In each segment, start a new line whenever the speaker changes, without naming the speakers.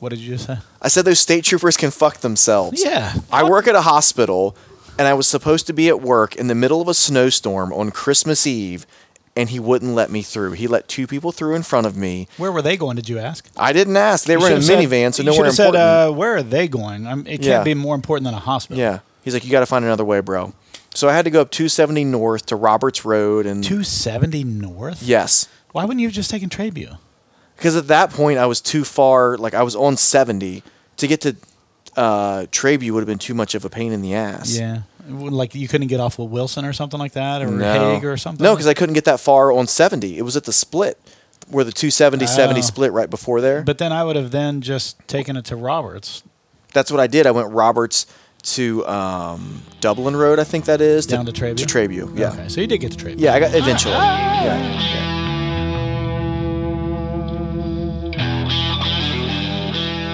What did you just say?
I said those state troopers can fuck themselves.
Yeah.
I work at a hospital and I was supposed to be at work in the middle of a snowstorm on Christmas Eve and he wouldn't let me through. He let two people through in front of me.
Where were they going? Did you ask?
I didn't ask. They were in a
You should've
minivan, so
you
nowhere
should've
important.
Said, uh, where are they going? I'm, it can't
Yeah.
be more important than a hospital.
yeah. He's like, You gotta find another way, bro. So I had to go up two seventy north to Roberts Road and
270 North?
Yes.
Why wouldn't you have just taken Trayview?
Because at that point, I was too far. Like I was on seventy to get to uh, Trabue would have been too much of a pain in the ass.
Yeah. Like you couldn't get off with Wilson or something like that or
No.
Haig or something?
No, because I couldn't get that far on seventy. It was at the split where the 270 70
Oh.
split right before there. But
But then I would have then just taken it to Roberts.
that's what I did. I went Roberts to um, Dublin Road, I think that is
Down to Trabue?
To Trabue, yeah.
Okay, so you did get to Trayview.
Yeah, I got eventually. Yeah.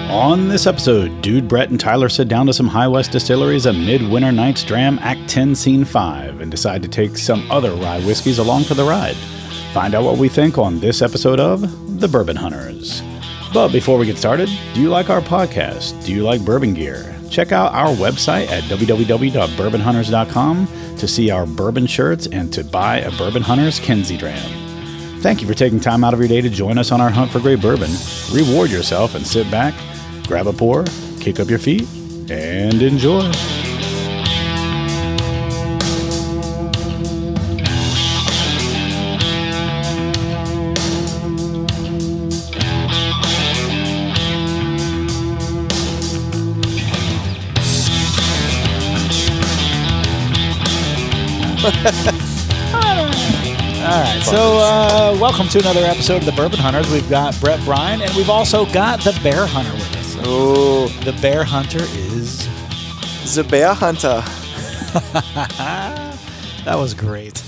On this episode, Dude Brett and Tyler sit down to some High West Distilleries a Midwinter Night's Dram Act 10 Scene 5 and decide to take some other rye whiskeys along for the ride. Find out what we think on this episode of The Bourbon Hunters. But before we get started, do you like our podcast? Do you like bourbon gear? Check out our website at www.bourbonhunters.com to see our bourbon shirts and to buy a Bourbon Hunters Kenzie Dram. Thank you for taking time out of your day to join us on our hunt for great bourbon. Reward yourself and sit back, grab a pour, kick up your feet, and enjoy.
All right, so uh, welcome to another episode of the Bourbon Hunters. We've got Brett Bryan, and we've also got the Bear Hunter with us.
Oh,
The Bear Hunter is
the bear hunter.
that was great.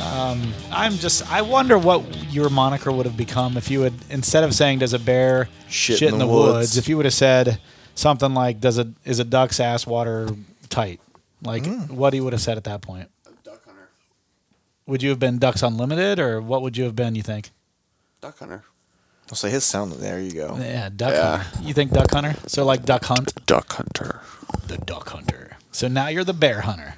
Um, I'm just I wonder what your moniker would have become if you had instead of saying "Does a bear
Shit
in the, woods? if you would have said something like "Does a is a duck's ass water tight?" Like what he would have said at that point.
Duck hunter.
Would you have been Ducks Unlimited, or what would you have been? You think?
Duck hunter.
I'll say his sound. There you go.
Yeah, Duck Hunter. You think Duck Hunter? So like Duck Hunt,
Duck hunter.
the Duck Hunter. So now you're the Bear Hunter.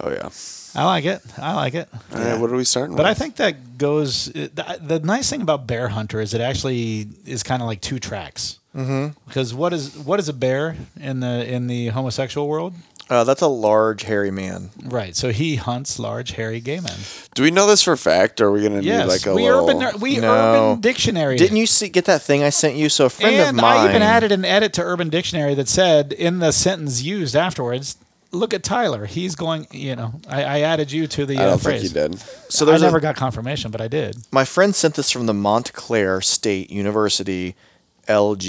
Oh yeah.
I like it. I like it.
All right. What are we starting
But
with?
I think that goes. The, the nice thing about bear hunter is it actually is kind of like two tracks. Mm-hmm. Because what is what is a bear in the in the homosexual world?
Uh, that's a large hairy man.
Right. So he hunts large, hairy gay men.
Do we know this for a fact, or are we gonna
Yes,
need like a
we
little?
urban we
No.
urban dictionary.
Didn't you see, get that thing I sent you? So a friend
and
of mine.
I even added an edit to Urban Dictionary that said in the sentence used afterwards. Look at Tyler. He's going. You know, I, I added you to the.
I
uh,
don't
phrase.
think you did.
So
So
I
there's a-
never got confirmation, but I did.
My friend sent this from the Montclair State University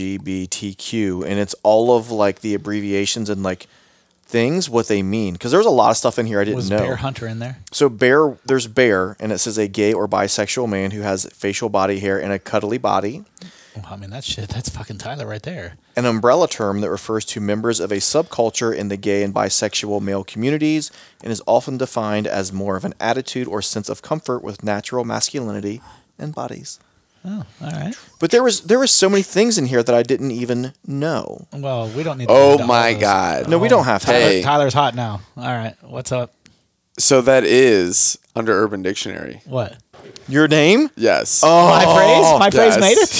LGBTQ, and it's all of like the abbreviations and like things what they mean because there's a lot of stuff in here I didn't
Was
know.
bear hunter in there?
so bear, there's bear, and it says a gay or bisexual man who has facial body hair and a cuddly body.
Well, Oh, I mean, that shit. That's fucking Tyler right there.
An umbrella term that refers to members of a subculture in the gay and bisexual male communities and is often defined as more of an attitude or sense of comfort with natural masculinity and bodies.
Oh, all right.
But there was there were so many things in here that I didn't even know.
Well, we don't need.
Oh
go into all
my
those.
God.
No, we don't have to.
Tyler,
Hey.
Tyler's hot now. All right, what's up?
So that is under Urban Dictionary.
What?
Your name?
Yes.
My phrase. My
Oh,
phrase
yes.
made it.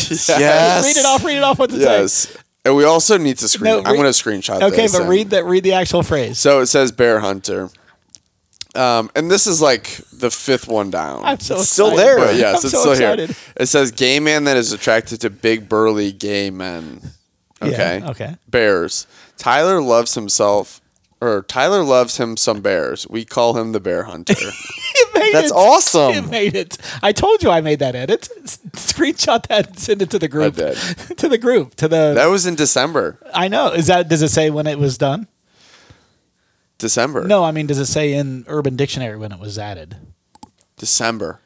Yes.
read it off. Read it off. What's it say?
Yes. And we also need to screen.
No,
I'm
read-
going to screenshot.
Okay,
this
but
and-
read that. Read the actual phrase.
So it says bear hunter, um, and this is like the fifth one down.
I'm so
It's still
excited.
there.
But yes,
I'm
it's
so
still
excited.
here. It says gay man that is attracted to big burly gay men. Okay.
Yeah, okay.
Bears. Tyler loves himself or Tyler loves him some bears. We call him the bear hunter.
It made
That's
it.
awesome.
It made it. I told you I made that edit. S- Screenshot that and send it to the group.
did.
to the group. To the.
that was in December.
I know. Is that? Does it say when it was done?
December.
No, I mean, does it say in Urban Dictionary when it was added?
December.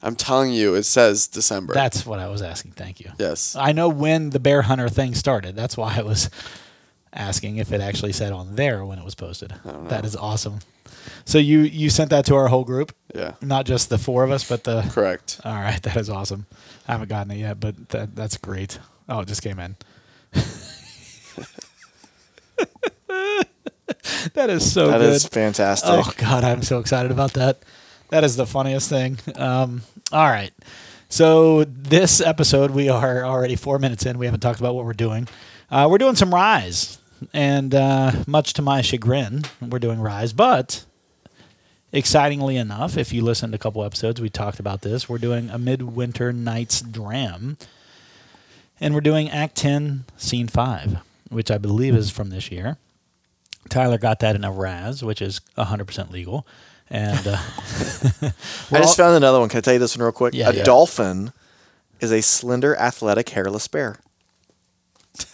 I'm telling you, it says December.
That's what I was asking. Thank you.
yes.
I know when the bear hunter thing started. That's why I was asking if it actually said on there when it was posted. That is awesome. So you you sent that to our whole group,
Yeah.
not just the four of us, but the.
Correct.
All right, that is awesome. I haven't gotten it yet, but that, that's great. Oh, it just came in. that is so
That
good.
is fantastic.
Oh God, I'm so excited about that. That is the funniest thing. Um, all right, so this episode we are already four minutes in. We haven't talked about what we're doing. Uh, we're doing some rise, and uh, much to my chagrin, we're doing rise. But excitingly enough, if you listened to a couple episodes, we talked about this. We're doing a midwinter night's dram, and we're doing Act Ten, Scene Five, which I believe is from this year. Tyler got that in a Raz, which is 100% legal. And uh,
I just found another one. Can I tell you this one real quick?
Yeah,
a
yeah.
dolphin is a slender, athletic, hairless bear.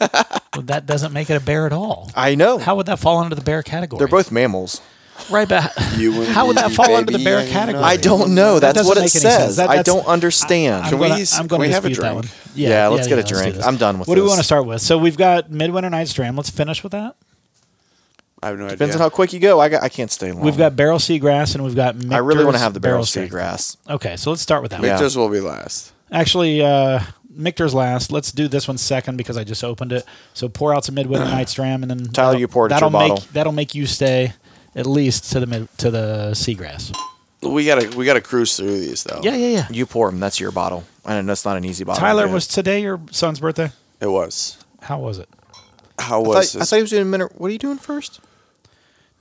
well, that doesn't make it a bear at all.
I know.
How would that fall under the bear category?
They're both mammals.
right back.
You and
How would that
me,
fall under the
baby,
bear
and you
category?
know.
I don't know. That's
doesn't
what it
make any sense.
says.
That-
I
that's-
don't understand.
I'm
Can we
gonna-
use-
I'm gonna
can we have a
dispute that
drink?
one.
Yeah, let's get a
do
drink.
this.
I'm done with
What do we
this.
want to start with? So we've got Midwinter Night's Dram. Let's finish with that.
I have no
Depends
idea.
on how quick you go. I, got, I can't stay long.
We've got Barrel Seagrass and we've got
I really want to
Michter's
have the barrel
Strength.
seagrass.
Okay, so let's start with that
Yeah.
one.
Victor's will be last.
Actually, uh, Michter's last. Let's do this one second because I just opened it. So pour out some Midwinter Night's Dram, and then
Tyler, you poured it to
that'll
your
make
bottle.
that'll make you stay at least to the mid, to the seagrass.
We gotta we gotta cruise through these though.
Yeah, yeah, yeah.
You pour them. That's your bottle. I know that's not an easy bottle.
Tyler,
Yeah.
was today your son's birthday?
It was.
How was it?
How
I
was
thought, I
this?
thought he was doing minor. What are you doing first?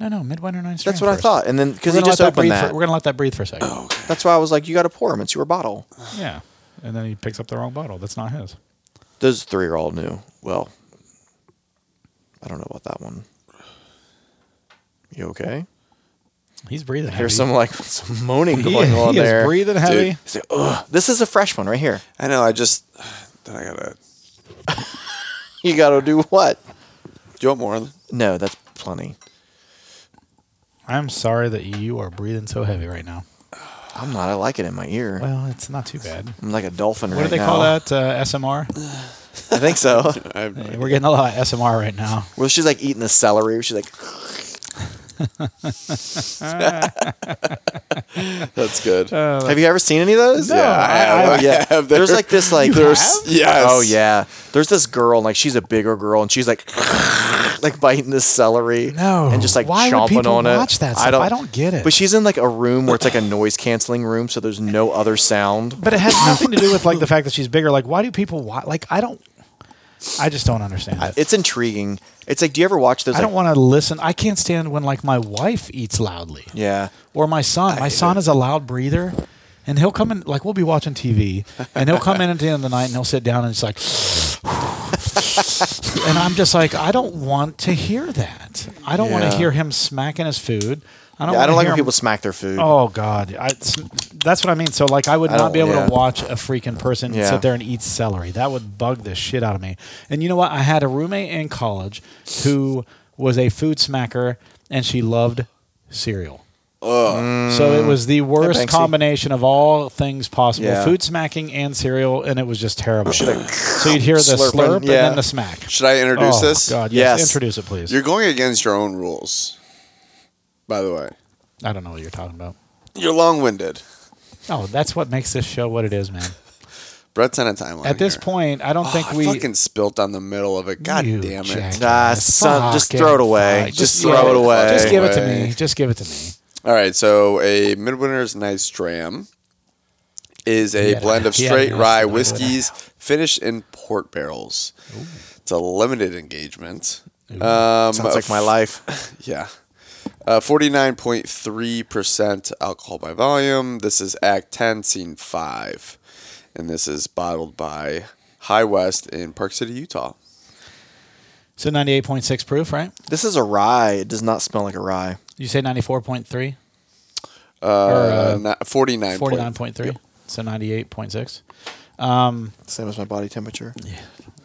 No, no, Midwinter Night's
That's
Dram
what
first.
I thought. And then because
We're
he
gonna let
just opened
breathe
that, Oh,
For, we're gonna let that breathe for a second.
that's why I was like, you got to pour them. It's your bottle.
Yeah, and then he picks up the wrong bottle. That's not his.
Those three are all new. Well, I don't know about that one. You okay?
He's breathing.
There's
heavy.
some like some moaning
He,
going on
he
there.
is breathing heavy.
It's like, "Ugh." This is a fresh one right here.
I know. I just then I gotta.
You got to do what?
Do you want more?
No, that's plenty.
I'm sorry that you are breathing so heavy right now.
I'm not. I like it in my ear.
Well, it's not too bad.
I'm like a dolphin
What
right
do they
now.
call that? Uh, SMR.
I think so.
I have no idea.
We're getting a lot of SMR right now.
Well, she's like eating the celery. She's like,
That's good.
have you ever seen any of those?
yeah, I have.
Oh
I
yeah.
have.
There's like this like
There's yes.
Oh yeah. There's this girl, like she's a bigger girl, and she's like like biting this celery.
No.
And just like
Why would
chomping
people
on it.
watch that stuff? I don't get it.
But she's in like a room where it's like a noise canceling room, so there's no other sound.
But it has nothing to do with like the fact that she's bigger. Like, why do people watch? Like, I don't. I just don't understand it.
It's intriguing. It's like, do you ever watch those?
I don't
like-
want to listen. I can't stand when like my wife eats loudly
Yeah.
or my son. My son is a loud breather, and he'll come in. Like we'll be watching TV, and he'll come in at the end of the night, and he'll sit down and it's like, and I'm just like, I don't want to hear that. I don't want
Yeah.
to hear him smacking his food. I don't.
Yeah, I
wanna
don't like
hear
when
him-
people smack their food.
Oh God, I, s- that's what I mean. So like, I would
I
not
don't-
be able
yeah.
to watch a freaking person
Yeah.
sit there and eat celery. That would bug the shit out of me. And you know what? I had a roommate in college who was a food smacker, and she loved cereal. So it was the worst
Banksy.
combination of all things possible:
Yeah.
food smacking and cereal, and it was just terrible. so you'd hear the
slurping,
slurp and
yeah.
then the smack.
Should I introduce
oh,
this?
God, yes.
Yes.
Introduce it, please.
You're going against your own rules. By the way,
I don't know what you're talking about.
you're long-winded.
Oh, that's what makes this show what it is, man.
Brett's on a timeline.
At this
here.
point, I don't
Oh,
think
I
we.
fucking spilt on the middle of it. God
You
damn it!
jackass.
Ah, son, just
Fucking
throw it away.
fuck.
Just throw
give
it away.
Just give it to
Away.
me. Just give it to me.
All right, so a Midwinter's Night's Dram is a
Yeah,
blend of
yeah,
straight
yeah,
rye
yeah, yeah.
whiskeys finished in port barrels. It's a limited engagement. Um,
Sounds like my life.
Yeah. Uh, 49.3% alcohol by volume. This is Act 10, Scene 5. And this is bottled by High West in Park City, Utah.
So ninety-eight point six proof, right?
This is a rye. It does not smell like a rye.
You say ninety-four point three,
Uh,
uh,
na- 49.
forty-nine point three. So ninety-eight point six.
Same as my body temperature.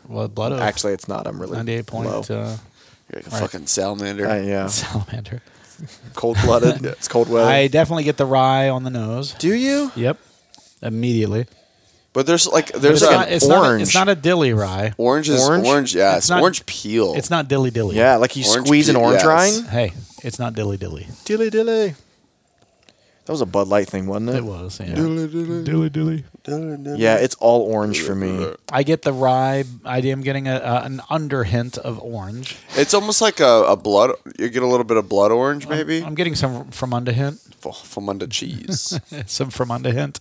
Well, blood oath.
Actually, it's not. I'm really
ninety-eight
low. Oh.
point uh,
You're like a
Right.
fucking salamander.
I, yeah,
salamander.
cold blooded. It's cold weather.
I definitely get the rye on the nose.
Do you?
Yep, immediately.
But there's like,
But
there's
it's,
an
not, it's,
orange.
not a, it's not a dilly rye.
orange is
Orange?
orange, yes.
not-
orange peel.
It's not dilly dilly.
Yeah, like you
Orange
squeeze an
peel,
orange
yes.
rind.
Hey, It's not dilly dilly.
Dilly dilly. That was a Bud Light thing, wasn't it?
It was. Yeah. Dilly dilly.
Yeah, it's all orange for me.
I get the rye. I am getting a, a, an under hint of orange.
It's almost like a, a blood. You get a little bit of blood orange, maybe
I'm getting some from under hint.
F- from under cheese.
some from under hint.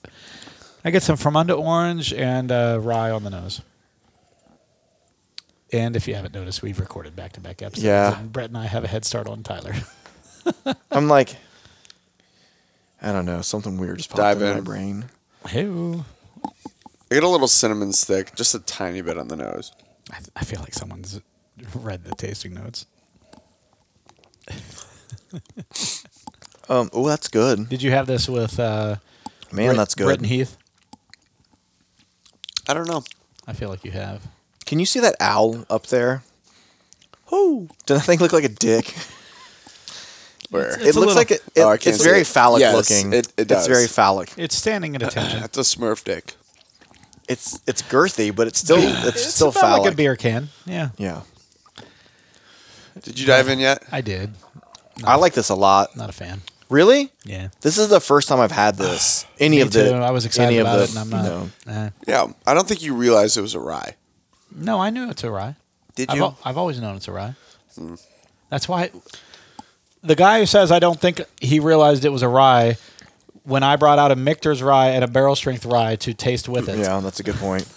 I get some from under orange and uh, rye on the nose. And if you haven't noticed, we've recorded back to back episodes.
Yeah.
And Brett and I have a head start on Tyler.
I'm like, I don't know, something weird just popped
Dive
in, my
in.
brain.
Ew.
I get a little cinnamon stick, just a tiny bit on the nose.
I, I feel like someone's read the tasting notes.
Um, oh, that's good,
Did you have this with uh,
man.
Brett-
that's
Brett
good.
and Heath?
I don't know.
I feel like you have.
Can you see that owl up there? Oh, does that thing look like a dick?
Where
it
a
looks
little-
like it, it-
Oh, I can't
it's
see
very
it.
phallic
Yes,
looking.
it- it
It's
does.
very phallic.
It's standing at attention.
that's a Smurf dick.
It's it's girthy, but it's still it's, still
about
phallic.
like a beer can. Yeah.
Yeah,
Did you dive in yet?
I did.
I like this a lot.
Not a fan.
Really?
Yeah.
This is the first time I've had this. Any
Me
of the
too. I was excited
any of
about
the-
it, and I'm not.
no.
uh,
Yeah, I don't think you realized it was a rye.
no, I knew it's a rye.
Did
I've,
you?
al- I've always known it's a rye.
Hmm.
That's why the guy who says I don't think he realized it was a rye when I brought out a Michter's rye and a barrel strength rye to taste with it.
Yeah, that's a good point.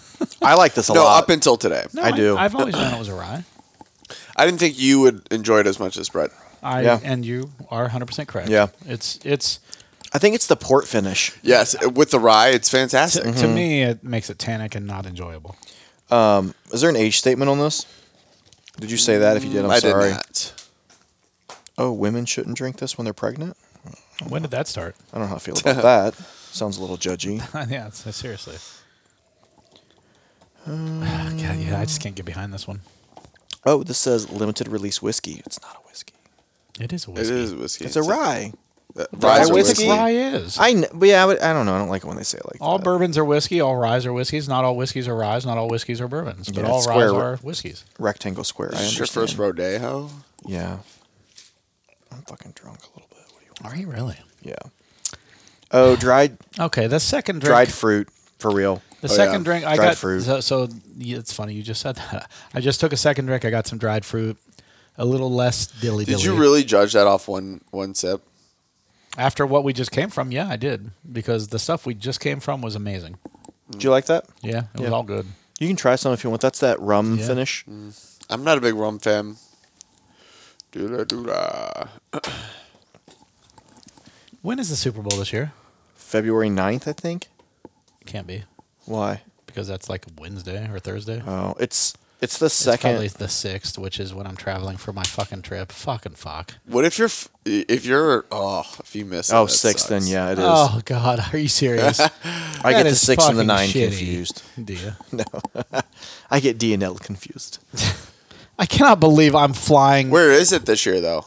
I like this a
no,
lot.
up until today.
No,
I do.
I've always known it was a rye.
I didn't think you would enjoy it as much as Brett.
I
Yeah.
and you are 100 percent correct.
Yeah.
it's it's
I think it's the port finish.
Yes, with the rye, it's fantastic.
Mm-hmm.
to, to me it makes it tannic and not enjoyable.
Is there an age statement on this? Did you say that? If you did, I'm
Mm, I did
sorry.
not.
Oh, women shouldn't drink this when they're pregnant.
When did that start?
I don't know how I feel about that. Sounds a little judgy.
yeah, it's- uh, seriously. God, yeah, I just can't get behind this one.
Oh, this says limited release whiskey. It's not a whiskey.
It is a
It
whiskey.
is whiskey.
It's a rye.
Uh,
Rye
Rye
That's what
whiskey?
rye is.
I kn- but yeah, I, would, I don't know. I don't like it when they say it like
all
that.
bourbons are whiskey. All ryes are whiskeys. Not all whiskeys are ryes. Not all whiskeys are bourbons. But
Yeah,
all
square-
ryes are whiskeys.
rectangle square. I
Is this
understand.
your first rodejo?
Yeah. I'm fucking drunk a little bit. What do you
Are you really?
want? Yeah. Oh, dried
Okay, the second drink.
dried fruit for real.
the
oh,
second
yeah.
drink I
Dried
got.
fruit.
So, so yeah, it's funny you just said that. I just took a second drink. I got some dried fruit. A little less dilly dilly.
Did you really judge that off one one sip?
After what we just came from, yeah, I did because the stuff we just came from was amazing.
Do you like that?
Yeah, it
Yeah.
was all good.
You can try some if you want. That's that rum
Yeah.
finish.
I'm not a big rum fan. Doo-da, doo-da.
When is the Super Bowl this year?
February 9th, I think.
Can't be
Why?
because that's like Wednesday or Thursday.
Oh, it's it's the
It's
second.
probably the sixth, which is when I'm traveling for my fucking trip. Fucking fuck.
What if you're f- if you're oh if you miss it,
oh,
that
sixth. Then
sucks.
yeah, it is.
Oh God, are you serious?
I
That
get the
is
six and the
fucking
nine
shitty.
confused.
Do you?
I get D and L confused.
I cannot believe I'm flying.
Where is it this year though?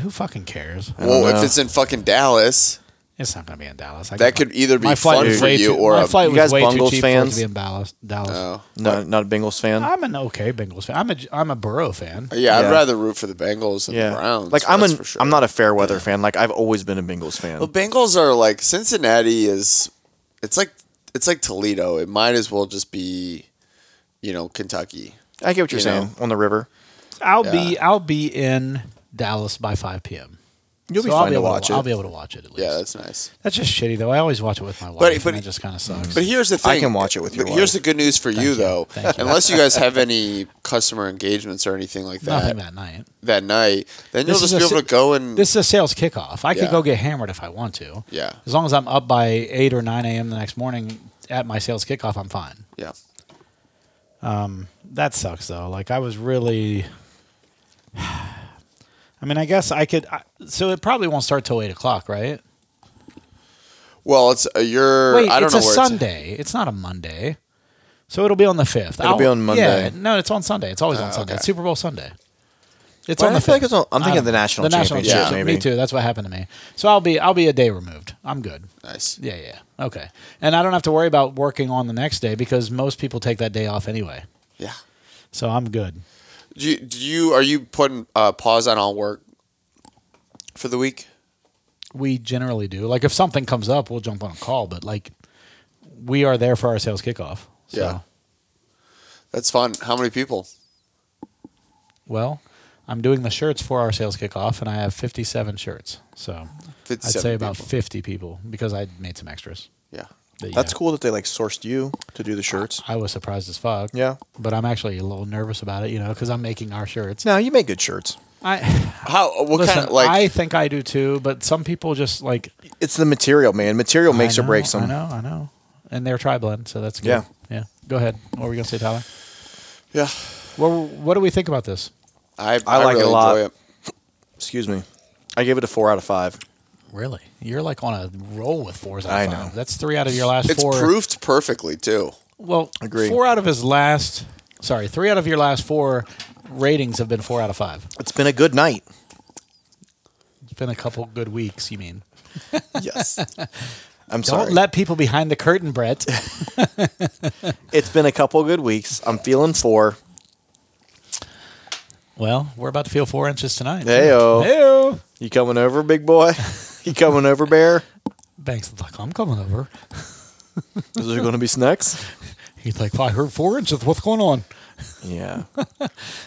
Who fucking cares?
Well,
know.
if it's in fucking Dallas,
It's not going to be in Dallas. I
That
can-
could either be
my flight
fun
was
for
way
you
too,
or
my
a-
flight
You
was
guys
way
Bungles
too cheap
fans?
for it to be in Dallas. Dallas.
oh
No, not a Bengals fan.
I'm an okay Bengals fan. I'm a I'm a Burrow fan.
yeah,
Yeah.
I'd rather root for the Bengals than
yeah,
the Browns.
like I'm
that's
an
for sure.
I'm not a fair weather fan. Like I've always been a Bengals fan.
Well, Bengals are like Cincinnati is. It's like it's like Toledo. It might as well just be, you know, Kentucky.
I get what you're
you
saying on the river.
I'll be
Yeah.
I'll be in Dallas by 5 p.m.
You'll be
So I'll
fine to
able
watch
I'll
it.
be able to watch it at least.
Yeah, that's nice.
that's just shitty though. I always watch it with my wife,
but-
and it just kind of sucks.
But here's the thing.
I can watch it with your
but Here's
wife.
the good news for you,
you.
though.
Thank you.
Unless you guys have any customer engagements or anything like that
Nothing that night.
that night, then you'll
This is
just be
a
able
si-
to go and
Mm. This is a sales kickoff. I could
Yeah.
go get hammered if I want to.
Yeah.
As long as I'm up by eight or nine a.m. the next morning at my sales kickoff, I'm fine.
yeah.
That sucks though. Like I was really. I mean, I guess I could. I, so it probably won't start till eight o'clock, right? Er,
Well, it's uh, you're.
Wait,
I don't
it's
know
a
where
Sunday. It's, not a Monday, so it'll be on Ah, the fifth.
It'll be on
Yeah,
Monday.
no, it's on Sunday. It's always on Sunday.
okay.
It's Super Bowl Sunday. It's
Well,
on
I
the
feel like
5th.
it's on- I'm
I
thinking
don't
the
know.
national
the national
championship,
championship.
maybe.
Me too. That's what happened to me. So I'll be I'll be a day removed. I'm good.
It's. Nice.
Yeah, yeah. Okay. And I don't have to worry about working on the next day because most people take that day off anyway.
Yeah.
So I'm good.
Do you, do you are you putting uh, pause on all work for the week?
we generally do. Like if something comes up, we'll jump on a call, but like we are there for our sales kickoff. So,
Yeah. That's fun. How many people?
well, I'm doing the shirts for our sales kickoff and I have 57 shirts. So, I'd
57
say about
people.
50 people because I made some extras.
Yeah.
But
That's
yeah,
cool that they like sourced you to do the shirts.
I was surprised as fuck.
Yeah.
But I'm actually a little nervous about it, you know, because I'm making our shirts.
No, you make good shirts.
I
How? uh, What
listen.
kind of like?
I think I do too, but some people just like
It's the material, man. Material makes
I
or
know,
breaks them.
I know, I know, and they're tri blend, so that's good.
Yeah.
yeah. Go ahead. What were we gonna say, Tyler?
yeah.
What, what do we think about this?
I, I,
like it
really
a lot.
enjoy it.
Excuse me. I gave it a four out of five.
Really? You're like on a roll with fours out of
I
five.
know.
That's three out of your last
It's
four.
proofed perfectly too.
Well,
Agree.
four out of his last, sorry, three out of your last four ratings have been four out of five.
It's been a good night.
It's been a couple good weeks, you mean?
Yes. I'm
Don't
sorry.
let people behind the curtain, Brett.
it's been a couple good weeks. I'm feeling four.
well, we're about to feel four inches tonight.
Heyo.
Heyo.
You coming over, big boy? you coming over, bear?
Banks is like, I'm coming over.
Is there going to be snacks?
He's like, well, I heard four inches. What's going on?
Yeah.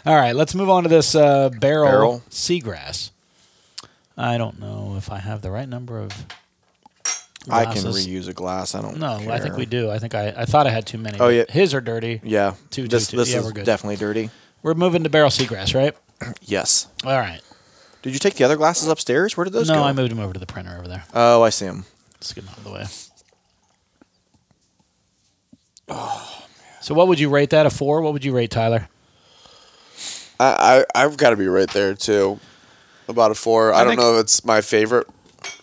All right, let's move on to this uh, barrel,
Barrel.
seagrass. I don't know if I have the right number of.
I can
glasses.
reuse a glass. I don't.
No, I think
care.
we do. I think I, I thought I had too many.
Oh,
but
yeah.
His are dirty.
Yeah.
Two, two,
this
two.
this
Yeah,
is
we're good.
definitely dirty.
We're moving to barrel seagrass, right?
Yes.
All right.
Did you take the other glasses upstairs? Where did those
no,
go?
I moved him over to the printer over there.
oh, I see them.
Let's get 'em out of the way.
Oh,
So, what would you rate that? A four? What would you rate, Tyler?
I, I I've got to be right there too. About a four. I, don't
think-
know if it's my favorite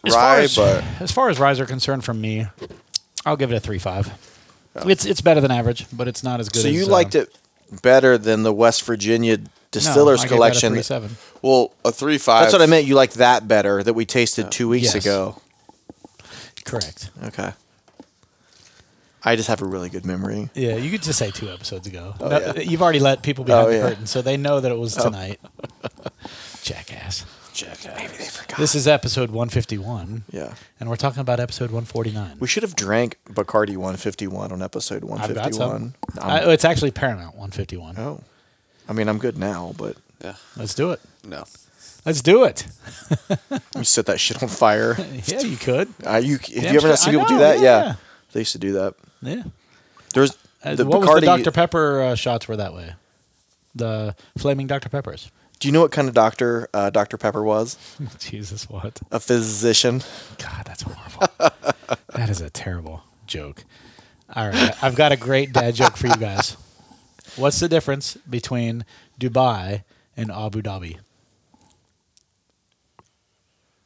As far
rye,
as,
but
as far as ryes are concerned, from me, I'll give it a three five. It's it's better than average, but it's not as good.
So
as,
you
uh,
liked it better than the West Virginia
no,
Distillers
I gave that a
Collection.
three seven.
well, a three five.
That's what I meant. You liked that better that we tasted two weeks
Oh, Yes.
ago.
Correct.
Okay. I just have a really good memory.
Yeah, you could just say two episodes ago.
Oh,
No,
yeah.
You've already let people behind
Oh,
the
yeah. Oh.
curtain, so they know that it was tonight. Jackass.
Maybe they forgot.
This is episode 151,
yeah.
and we're talking about episode 149.
We should have drank Bacardi 151 on episode
I've got some.
151.
I,
I'm-
it's actually Paramount 151.
oh. I mean, I'm good now, but
Yeah.
Let's do it.
No.
Let's do it.
you set that shit on fire.
Yeah, you could.
Uh, you, if
Damn
you ever
straight-
see
I
people do
know,
that, yeah.
yeah.
They used to do that.
Yeah.
There's
Uh,
the
what was
Bacardi.
the Dr. Pepper uh, shots were that way? The flaming Dr. Peppers.
do you know what kind of doctor uh, Dr. Pepper was?
Jesus, what?
A physician.
God, that's horrible. that is a terrible joke. All right, I've got a great dad joke for you guys. What's the difference between Dubai and Abu Dhabi?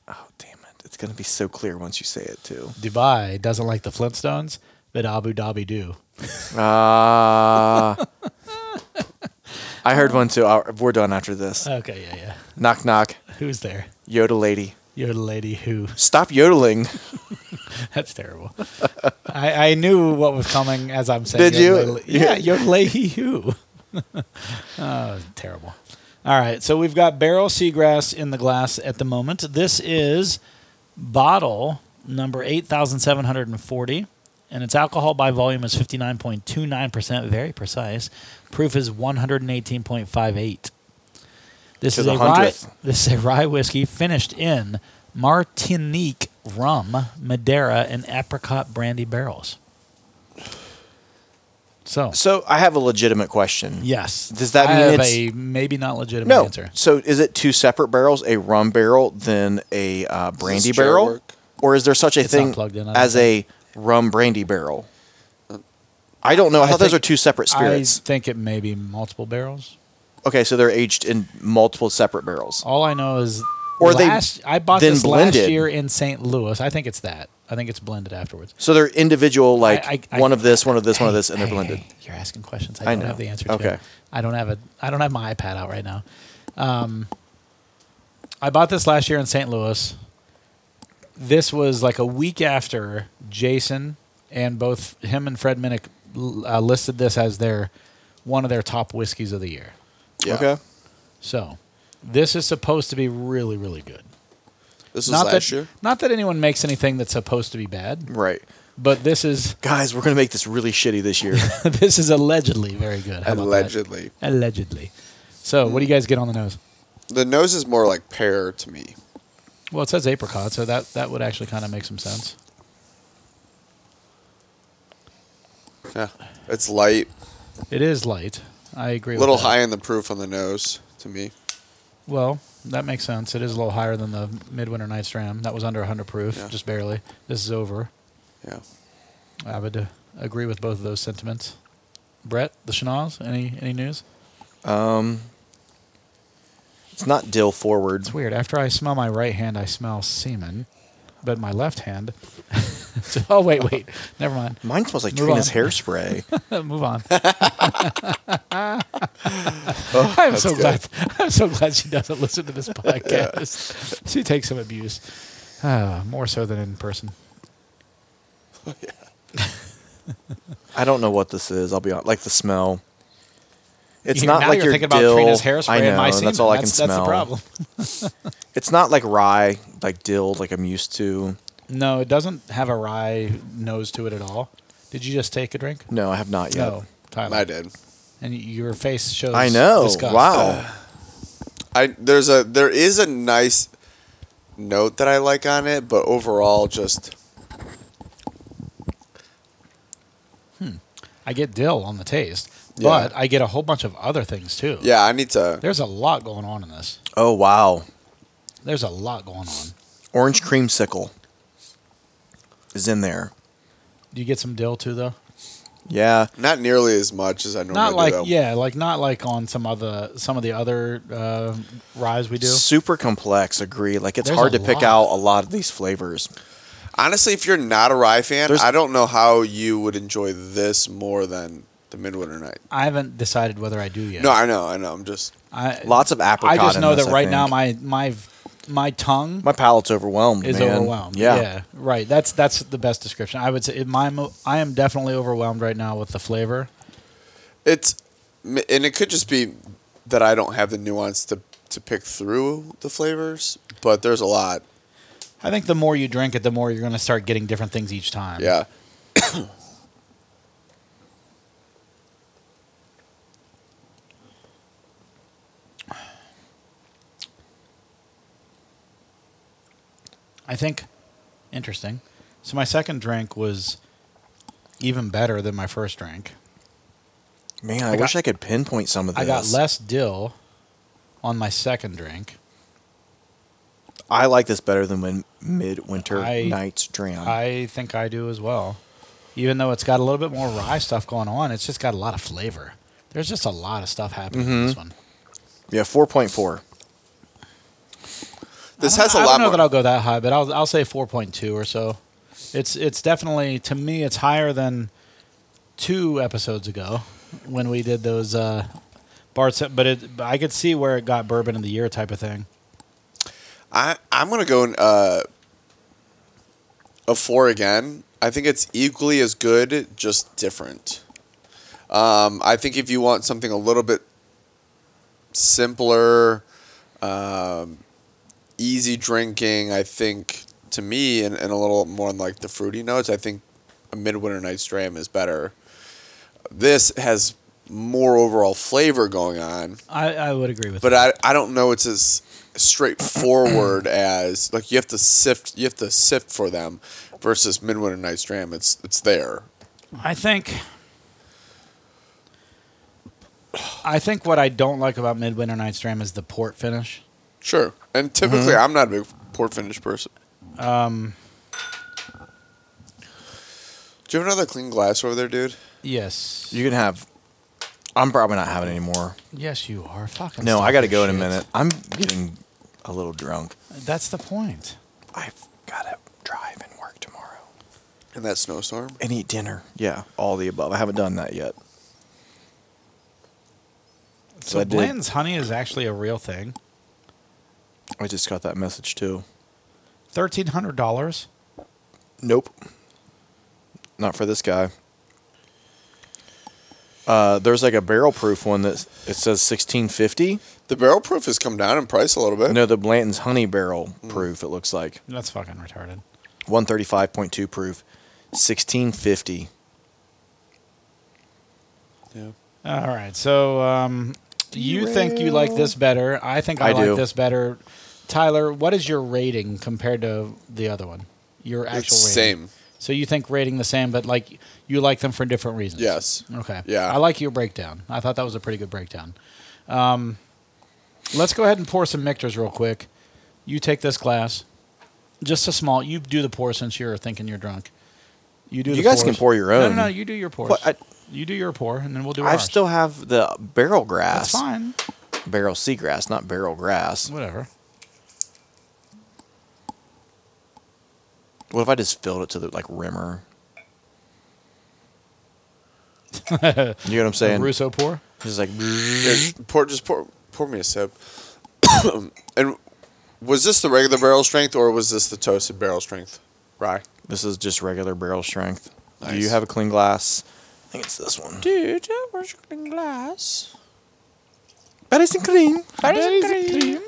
Oh, damn it. It's going to be so clear once you say it, too.
Dubai doesn't like the Flintstones, but Abu Dhabi do.
Ah. I heard one, too. Uh, We're done after this.
Okay, yeah, yeah.
Knock, knock.
Who's there?
Yoda lady.
You're the lady who.
Stop yodeling.
That's terrible. I, I knew what was coming as I'm saying.
Did you?
yodeling- Yeah, yodelay who. oh, terrible. All right, so we've got barrel seagrass in the glass at the moment. This is bottle number 8,740, and its alcohol by volume is 59.29%, very precise. Proof is 118.58. This
To
is,
the
a rye,
hundredth.
this is a rye whiskey finished in Martinique rum, Madeira, and apricot brandy barrels. So,
So I have a legitimate question.
yes.
Does that
I
mean
have
it's-
a maybe not legitimate
No.
answer?
So is it two separate barrels, a rum barrel, then a uh, brandy
chair
barrel,
work?
or is there such a
It's not
thing
plugged in, I don't
as a rum brandy barrel? I don't know. I,
I
thought those are
think-
two separate
I
spirits.
think it may be multiple barrels.
okay, so they're aged in multiple separate barrels.
All I know is,
Or they
last, I bought
then
this
blended.
last year in St. Louis. I think it's that. I think it's blended afterwards.
So they're individual, like
I- I-
one of this, one of this, one of
Hey,
this, and they're
hey,
blended.
hey, you're asking questions. I,
I
don't
know.
have the answer to.
Okay.
I don't have a. I don't have my iPad out right now. Um, I bought this last year in St. Louis. This was like a week after Jason and both him and Fred Minnick l- uh, listed this as their one of their top whiskeys of the year.
Yeah.
Okay.
So, this is supposed to be really, really good.
This was
not
last
that
year.
not that anyone makes anything that's supposed to be bad,
Right.
but this is
Guys, we're going to make this really shitty this year.
this is allegedly very good. How about that?
Allegedly,
allegedly. So, what do you guys get on the nose?
the nose is more like pear to me.
Well, it says apricot, so that that would actually kind of make some sense.
Yeah, it's light,
It is light. I agree.
a little
with that.
high in the proof on the nose to me.
Well, that makes sense. It is a little higher than the Midwinter Night's Dram. That was under 100 proof,
Yeah.
just barely. This is over.
Yeah,
I would uh, agree with both of those sentiments. Brett, the Chenaz, any any news?
it's not dill forward.
It's weird. After I smell my right hand, I smell semen, but my left hand. so, oh wait, wait. Never mind.
Mine smells like
Move
Trina's
on.
hairspray.
Move on. I'm so glad. I'm so glad she doesn't listen to this podcast. She takes some abuse, Ah, more so than in person.
I don't know what this is. I'll be honest. Like the smell. It's
You-
not
now
like
you're
your
thinking
dill.
about Trina's hairspray
I know.
and my
and
semen.
that's all I can
that's,
smell.
That's the problem.
It's not like rye, like dill, like I'm used to.
No, it doesn't have a rye nose to it at all. Did you just take a drink?
No, I have not yet.
No, Tyler.
I did.
And y- your face shows.
I know.
Disgust.
Wow.
I there's a there is a nice note that I like on it, but overall, just
I get dill on the taste,
Yeah.
but I get a whole bunch of other things too.
yeah, I need to.
There's a lot going on in this.
Oh wow.
There's a lot going on.
Orange creamsicle is in there.
Do you get some dill too though?
Yeah.
Not nearly as much as I normally
not
do.
like
though.
yeah, like not like on some other some of the other uh, ryes we do.
Super complex. Agree. Like it's
There's
hard
a
to pick
lot.
out a lot of these flavors.
Honestly, if you're not a rye fan,
There's-
I don't know how you would enjoy this more than the Midwinter Night.
I haven't decided whether I do yet.
No, I know, I know. I'm just
I,
Lots of apricot.
I just
in
know
this,
that
I
right now
think.
my my my tongue
my palate's overwhelmed.
is
man.
overwhelmed.
Yeah.
right. That's that's the best description. I would say it, my mo- I am definitely overwhelmed right now with the flavor.
it's, and it could just be that I don't have the nuance to to pick through the flavors, but there's a lot.
I think the more you drink it, the more you're going to start getting different things each time.
Yeah,
I think interesting. So my second drink was even better than my first drink.
Man, I,
got-
wish I could pinpoint some of this.
I got less dill on my second drink.
I like this better than when Midwinter
I-
Nights Dram.
I think I do as well. Even though it's got a little bit more rye stuff going on, it's just got a lot of flavor. There's just a lot of stuff happening in this one.
yeah, four point four.
this
I
has a
don't
lot
know
more.
that I'll go that high, but I'll I'll say 4.2 or so. It's it's definitely to me it's higher than two episodes ago when we did those uh, bar set, but it but I could see where it got bourbon of the year type of thing.
I I'm gonna go in, uh, a four again. I think it's equally as good, just different. Um, I think if you want something a little bit simpler, um, easy drinking, I think to me, and, and a little more on like the fruity notes, I think a Midwinter Night's Dram is better. This has more overall flavor going on
I, I would agree with
but
that.
I, I don't know it's as straightforward as like you have to sift you have to sift for them versus Midwinter Night's Dram it's it's there
I think I think what I don't like about Midwinter Night's Dram is the port finish.
sure Mm-hmm. and typically I'm not a big port finish person um do you have another clean glass over there dude
Yes.
You can have. I'm probably not having any more.
yes, you are. Fucking
No,
stop
I got to
your
go in a
shit.
minute. I'm getting a little drunk.
That's the point.
I've got to drive and work tomorrow
in that snowstorm
and eat dinner. Yeah, all the above. I haven't done that yet. So I
So,
did-
Bland's honey is actually a real thing.
I just got that message too.
Thirteen hundred dollars.
Nope. Not for this guy. Uh, there's like a barrel proof one that it says 1650.
The barrel proof has come down in price a little bit.
No, the Blanton's honey barrel proof. It looks like
That's fucking retarded.
135.2 proof, 1650.
Yeah.
All right. So um, you think you like this better? I think I,
I
like
do.
this better. Tyler, what is your rating compared to the other one? Your actual
It's
rating.
same.
So you think rating the same, but like you like them for different reasons.
Yes.
Okay.
Yeah.
I like your breakdown. I thought that was a pretty good breakdown. Um, let's go ahead and pour some mictors real quick. You take this glass, just a small. You do the pour since you're thinking you're drunk. You do.
You
the
guys can
pours.
pour your
No,
own.
no, no. You do your pours.
What, I-
you do your pour, and then we'll do.
I
ours.
still have the barrel grass.
That's fine.
Barrel seagrass, not barrel grass.
Whatever.
What if I just filled it to the like rimmer? you know what I'm
The
saying?
Russo pour.
Just like
Yeah, just pour, just pour, pour me a sip. and was this the regular barrel strength or was this the toasted barrel strength rye?
this is just regular barrel strength. Do you
Nice.
have a clean glass? I think it's this one.
Dude, where's your glass?
That isn't clean.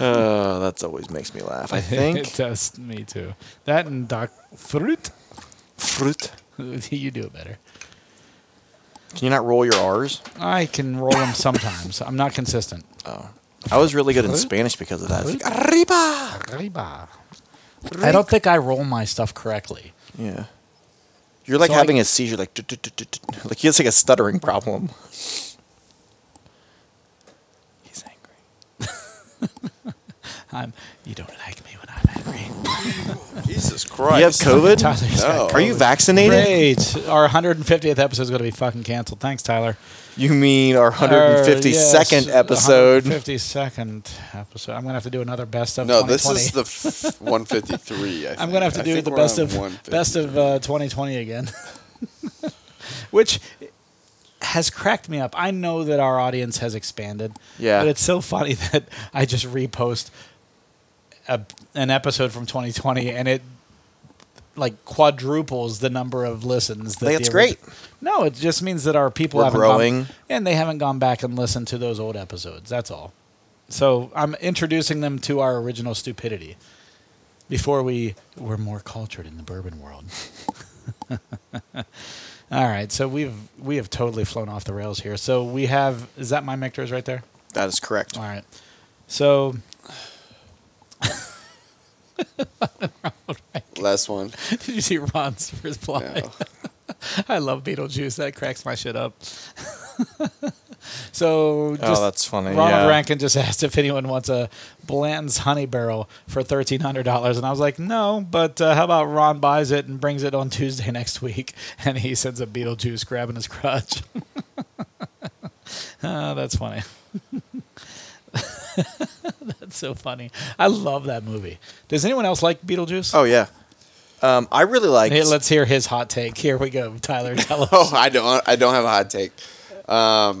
Uh, that's always makes me laugh. I
it
think
does me too. That and Doc Fruit.
fruit.
you do it better.
Can you not roll your R's?
I can roll them sometimes. I'm not consistent.
I was really good in Spanish because of that. It's like, Arriba.
Arriba. I don't think I roll my stuff correctly.
Yeah. You're like
So, like-
having a seizure, like "Tut, tut, tut, tut, tut." like he has like a stuttering problem. He's angry.
I'm. You don't like me when I'm angry.
Jesus Christ.
You have COVID?
Tyler's got
No.
Are you vaccinated?
"Oh, Great. Our 150th episode is going to be fucking canceled. Thanks, Tyler.
You mean
Uh,
our 152nd episode?
152nd episode. I'm going to have to do another best of.
No, this
2020.
is the f- 153. I think.
I'm gonna have to
I
do
think
the
we're
best
on
of
153.
best of uh, 2020 again, which has cracked me up. I know that our audience has expanded,
Yeah.
but it's so funny that I just repost a, an episode from 2020 and it like quadruples the number of listens. That
That's
the
great.
No, it just means that our people
We're
haven't
growing.
Gone, and they haven't gone back and listened to those old episodes. That's all. So I'm introducing them to our original stupidity before we were more cultured in the bourbon world. All right, so we've we have totally flown off the rails here. So we have is that my mictors right there?
That is correct.
All right, so
Last one.
did you see Ron's reply?
No.
I love Beetlejuice. That cracks my shit up. so
Oh,
just
that's funny.
Ronald
yeah.
Rankin just asked if anyone wants a Blanton's Honey Barrel for thirteen hundred dollars, and I was like, no. But uh, how about Ron buys it and brings it on Tuesday next week, and he sends a Beetlejuice grabbing his crotch. Ah, that's funny. that's so funny. I love that movie. Does anyone else like Beetlejuice?
Oh yeah. Um, I really like.
Hey, let's hear his hot take. Here we go, Tyler. Tell us.
Oh, I don't. I don't have a hot take.
why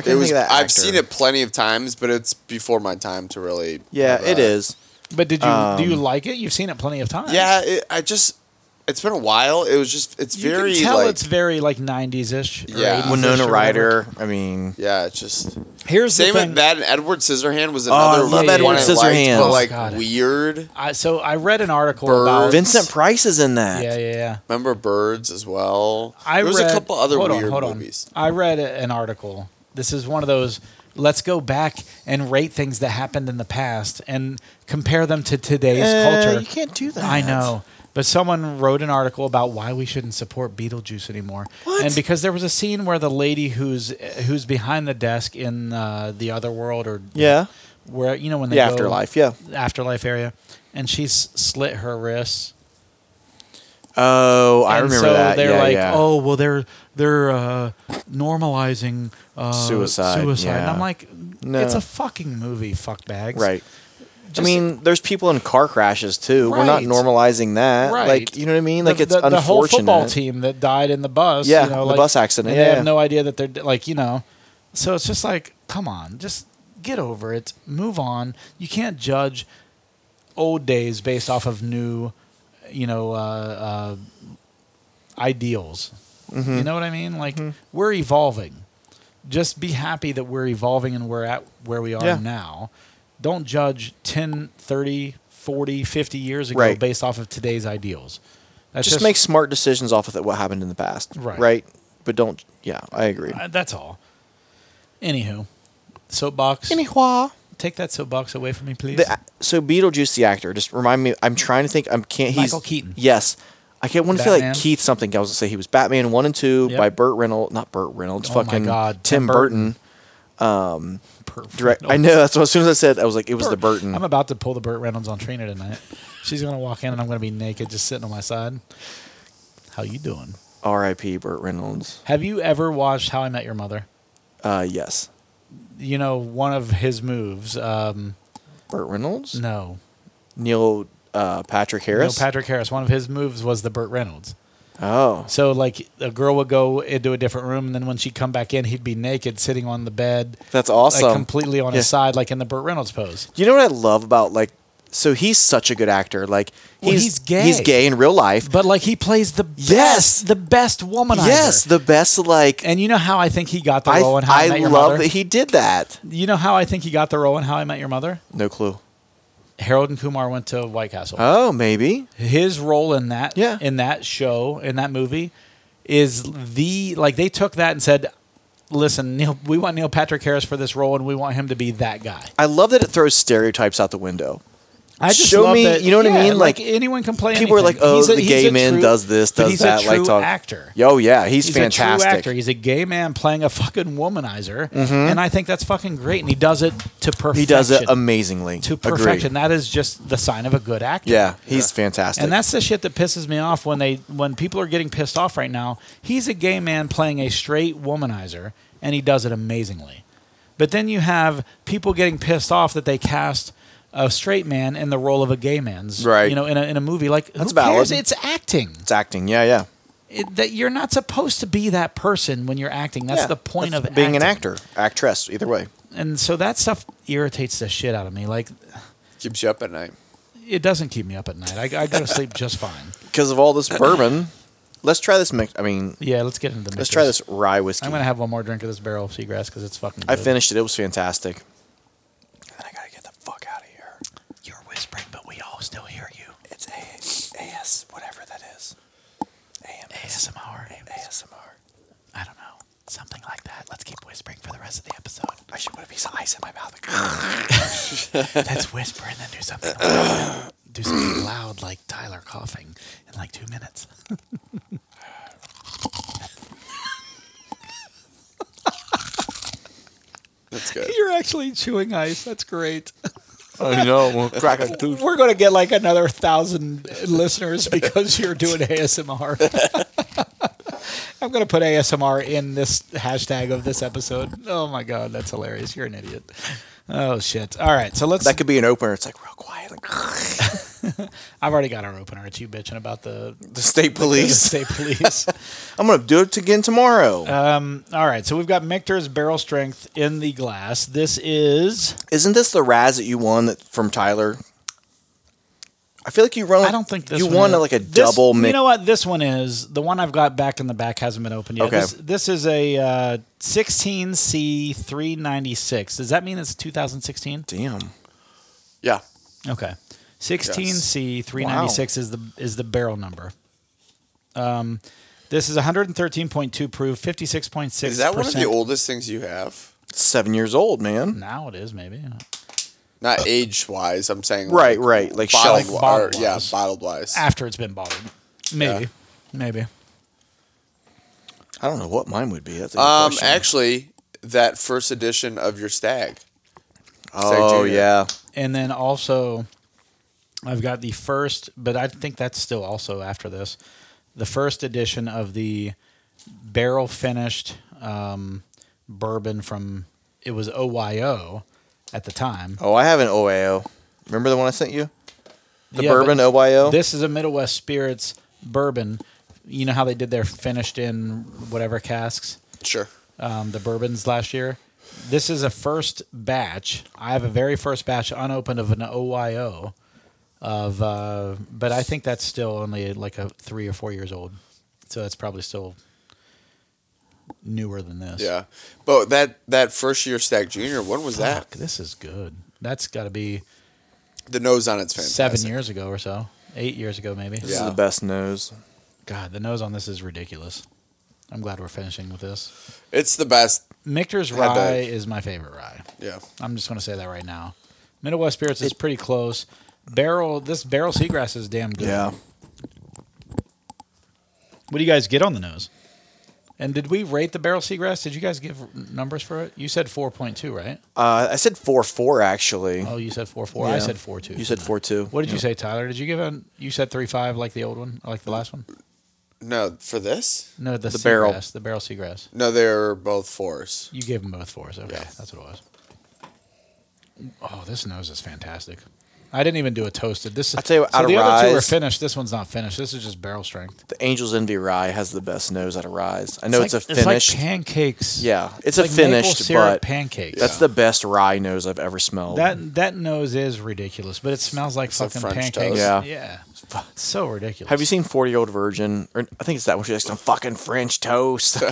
It
can't I
was.
think of that
I've
actor?
seen it plenty of times, but it's before my time to really.
Yeah,
have
it
a-
is.
But did you do you
Um,
like it? You've seen it plenty of times.
Yeah, it, I just. It's been a while. It was just. It's
You
very.
can tell
like,
it's very like '90s ish.
Yeah.
Winona
Ryder.
Ryder. I mean,
Yeah, it's just.
Here's
Same
the thing. Oh,
with that. And Edward Scissorhand was
I
another.
love
one
Edward
I
Scissorhands.
Liked, but
Oh,
like
God.
weird.
I, so I read an article
Birds.
about
Vincent Price is in that.
Yeah, yeah, yeah.
Remember Birds as well.
I
there was
read,
a couple other
hold on,
weird
hold on.
movies.
I read a- an article. This is one of those. Let's go back and rate things that happened in the past and compare them to today's
Eh,
Uh,
culture.
You can't do that.
I know. But someone wrote an article about why we shouldn't support Beetlejuice anymore.
What?
And because there was a scene where the lady who's who's behind the desk in uh, the other world or
Yeah.
where you know when they
The
go-
afterlife. Yeah.
afterlife area and she's slit her wrists
Oh, I
and
remember
so
that.
They're
yeah,
like,
yeah.
oh, well, they're they're uh, normalizing uh,
Suicide,
Suicide. And
yeah.
I'm like,
No.
it's a fucking movie, fuck bags.
right.
Just-
I mean, there's people in car crashes too. We're not
Right.
normalizing that.
Right.
Like, you know what I mean? Like,
the,
it's
the,
unfortunate.
the whole football team that died in the bus.
Yeah,
you know,
the
like,
bus accident,
And they
yeah.
have no idea that they're like, you know. So it's just like, come on, just get over it, move on. You can't judge old days based off of new, you know, uh, uh, ideals.
Mm-hmm.
You know what I mean? Like we're evolving. Just be happy that we're evolving and we're at where we are
Yeah.
now. Don't judge 10, 30, 40, 50 years ago
Right.
based off of today's ideals. That's
just, make smart decisions off of that, what happened in the past.
Right.
Right. But don't. Yeah, I agree.
Uh, that's all. Anywho, soapbox.
Anyhow,
Take that soapbox away from me, please.
the, uh, so Beetlejuice, the actor, just remind me. I'm trying to think. I can't. He's
Michael Keaton.
Yes. I can't want to feel like
Batman.
Keith something. I was gonna say he was Batman one and two
Yep.
by Burt Reynolds, not Burt Reynolds.
Oh my
fucking
God,
Tim,
Tim
Burton.
Perfect.
Direct.
No.
I know. That's what. As soon as I said, I was like, it was the Burton.
I'm about to pull the Burt Reynolds on Trina tonight. She's gonna walk in and I'm gonna be naked, just sitting on my side. How you doing?
R.I.P. Burt Reynolds.
Have you ever watched How I Met Your Mother?
Uh, yes.
You know, one of his moves. Um,
Burt Reynolds.
no,
Neil uh, Patrick Harris.
no, Patrick Harris. One of his moves was the Burt Reynolds.
Oh,
So like a girl would go into a different room, and then when she'd come back in, he'd be naked, sitting on the bed,
that's awesome.
like completely on his
Yeah.
side, like in the Burt Reynolds pose.
You know what I love about like so he's such a good actor. Like he's
Well, he's gay.
He's gay in real life.
But like he plays the best,
Yes.
the best womanizer.
yes, the best like
and you know how I think he got the
I
role in How I,
I
Met Your
love
Mother.
that he did that.
you know how I think he got the role in How I Met Your Mother.
No clue.
Harold and Kumar went to White Castle.
Oh, maybe.
his role in that
Yeah.
in that show in that movie is the like they took that and said listen neil we want neil patrick harris for this role and we want him to be that guy
I love that it throws stereotypes out the window.
i just
Show
love
me-
that-
you know what I
yeah,
mean?
like,
Like,
anyone can play
people are
anything.
like, oh,
He's a-
the
he's
gay
a
man
true-
does this,
but
does
he's
that.
a
like
true
talk.
actor
Oh yeah, he's, fantastic. Mm-hmm.
a true actor. He's a gay man playing a fucking womanizer, and I think that's fucking great. And he does it to perfection.
He does it amazingly.
to
Agree.
perfection. That is just the sign of a good actor.
Yeah, he's fantastic.
And that's the shit that pisses me off when they when people are getting pissed off right now. He's a gay man playing a straight womanizer, and he does it amazingly. But then you have people getting pissed off that they cast a straight man in the role of a gay man's,
Right.
You know, in a, in a movie like
That's
who cares?
valid.
It's acting.
it's acting. Yeah, yeah.
It- that you're not supposed to be that person when you're acting. That's
Yeah,
the point
that's
of
being an
acting.
actor, actress. Either way,
And so that stuff irritates the shit out of me. Like
Keeps you up at night.
it doesn't keep me up at night. I, I go to sleep just fine.
because of all this bourbon, let's try this. Mix- I mean,
Yeah, let's get into the.
let's try
mixers.
this rye whiskey.
I'm gonna have one more drink of this barrel of seagrass because it's fucking. Good.
I finished it. It was fantastic. And I gotta get the fuck out of here.
You're whispering, but we all still hear you.
It's A- AS, whatever that is. AMS.
ASMR.
ASMR.
I don't know, something like that. Let's keep whispering for the rest of the episode.
I should put a piece of ice in my mouth.
Let's whisper and then do something. loud. do something loud like Tyler coughing in like two minutes.
That's good.
You're actually chewing ice. That's great.
I know. We'll crack a tooth.
We're gonna get like another thousand listeners because you're doing ASMR. I'm gonna put ASMR in this hashtag of this episode. Oh my god, that's hilarious! You're an idiot. Oh shit! All right, so let's.
That could be an opener. It's like real quiet. Like,
I've already got our opener. It's you bitching about the
the state
the
police.
state police.
I'm gonna do it again tomorrow.
Uh, Um, All right, so we've got Michter's barrel strength in the glass. This is.
Isn't this the Raz that you won that, from Tyler? I feel like you run.
I don't think this
you
one
won
is-
like a
this-
double mix.
You know what? This one is the one I've got back in the back hasn't been opened yet.
Okay.
This, this is a uh, sixteen C three ninety six. Does that mean it's two thousand sixteen?
Damn.
Yeah.
Okay, sixteen C three ninety six is the is the barrel number. Um, this is one hundred and thirteen point two proof, fifty six point six.
Is that one of the oldest things you have?
Seven years old, man.
Now it is maybe.
Not age wise. I'm saying
Right, right. Like
bottled,
shelf.
Like
or-
bottled
yeah,
wise.
bottled wise.
After it's been bottled, maybe, maybe.
I don't know what mine would be. That's a good
Um,
question.
actually, that first edition of your stag.
Oh
Junior.
yeah.
and then also I've got the first, but I think that's still also after this, the first edition of the barrel finished um, bourbon from it was OYO at the time.
Oh, I have an OAO. Remember the one I sent you? The
Yeah,
bourbon
but
OYO?
This is a Middle West Spirits bourbon. You know how they did their finished in whatever casks.
Sure.
um, the bourbons last year. This is a first batch. I have a very first batch unopened of an OYO of, uh, but I think that's still only like a three or four years old. So that's probably still newer than this.
Yeah, but that that first year stack junior, when was
Fuck,
that?
this is good. That's got to be
The nose on it's fantastic.
seven years ago or so, eight years ago maybe.
This
Yeah.
is the best nose.
God, the nose on this is ridiculous. I'm glad we're finishing with this.
It's the best.
Michter's
Had
rye
to-
is my favorite rye.
Yeah,
I'm just going to say that right now. Middle West Spirits is pretty close. Barrel this barrel seagrass is damn good.
Yeah.
What do you guys get on the nose? And did we rate the barrel seagrass? Did you guys give numbers for it? You said 4.2, right?
Uh, I said four four actually.
Oh, you said 4.4. I
Yeah.
said 4.2.
You said
didn't I?
four two.
What did you say, Tyler? Did you give a? You said three five, like the old one, like the last one.
no, for this,
No, the,
The
seagrass,
barrel.
the barrel seagrass.
no, they're both fours.
You gave them both fours. Okay,
Yeah.
that's what it was. Oh, this nose is fantastic. I didn't even do a toasted. This
I tell you what,
so
out of
the other two are
rise-
finished. This one's not finished. This is just barrel strength.
The Angel's Envy Rye has the best nose out of ryes. I know it's,
like-
a finished.
It's like pancakes.
yeah, it's,
like
a
maple
finished,
syrup
but
pancakes.
that's the best rye nose I've ever smelled.
that that nose is ridiculous, but it smells like
a
fucking
French
pancakes.
toast.
Yeah.
yeah, It's so ridiculous.
Have you seen Forty Year Old Virgin? Or I think it's that one. She's like some fucking French toast. you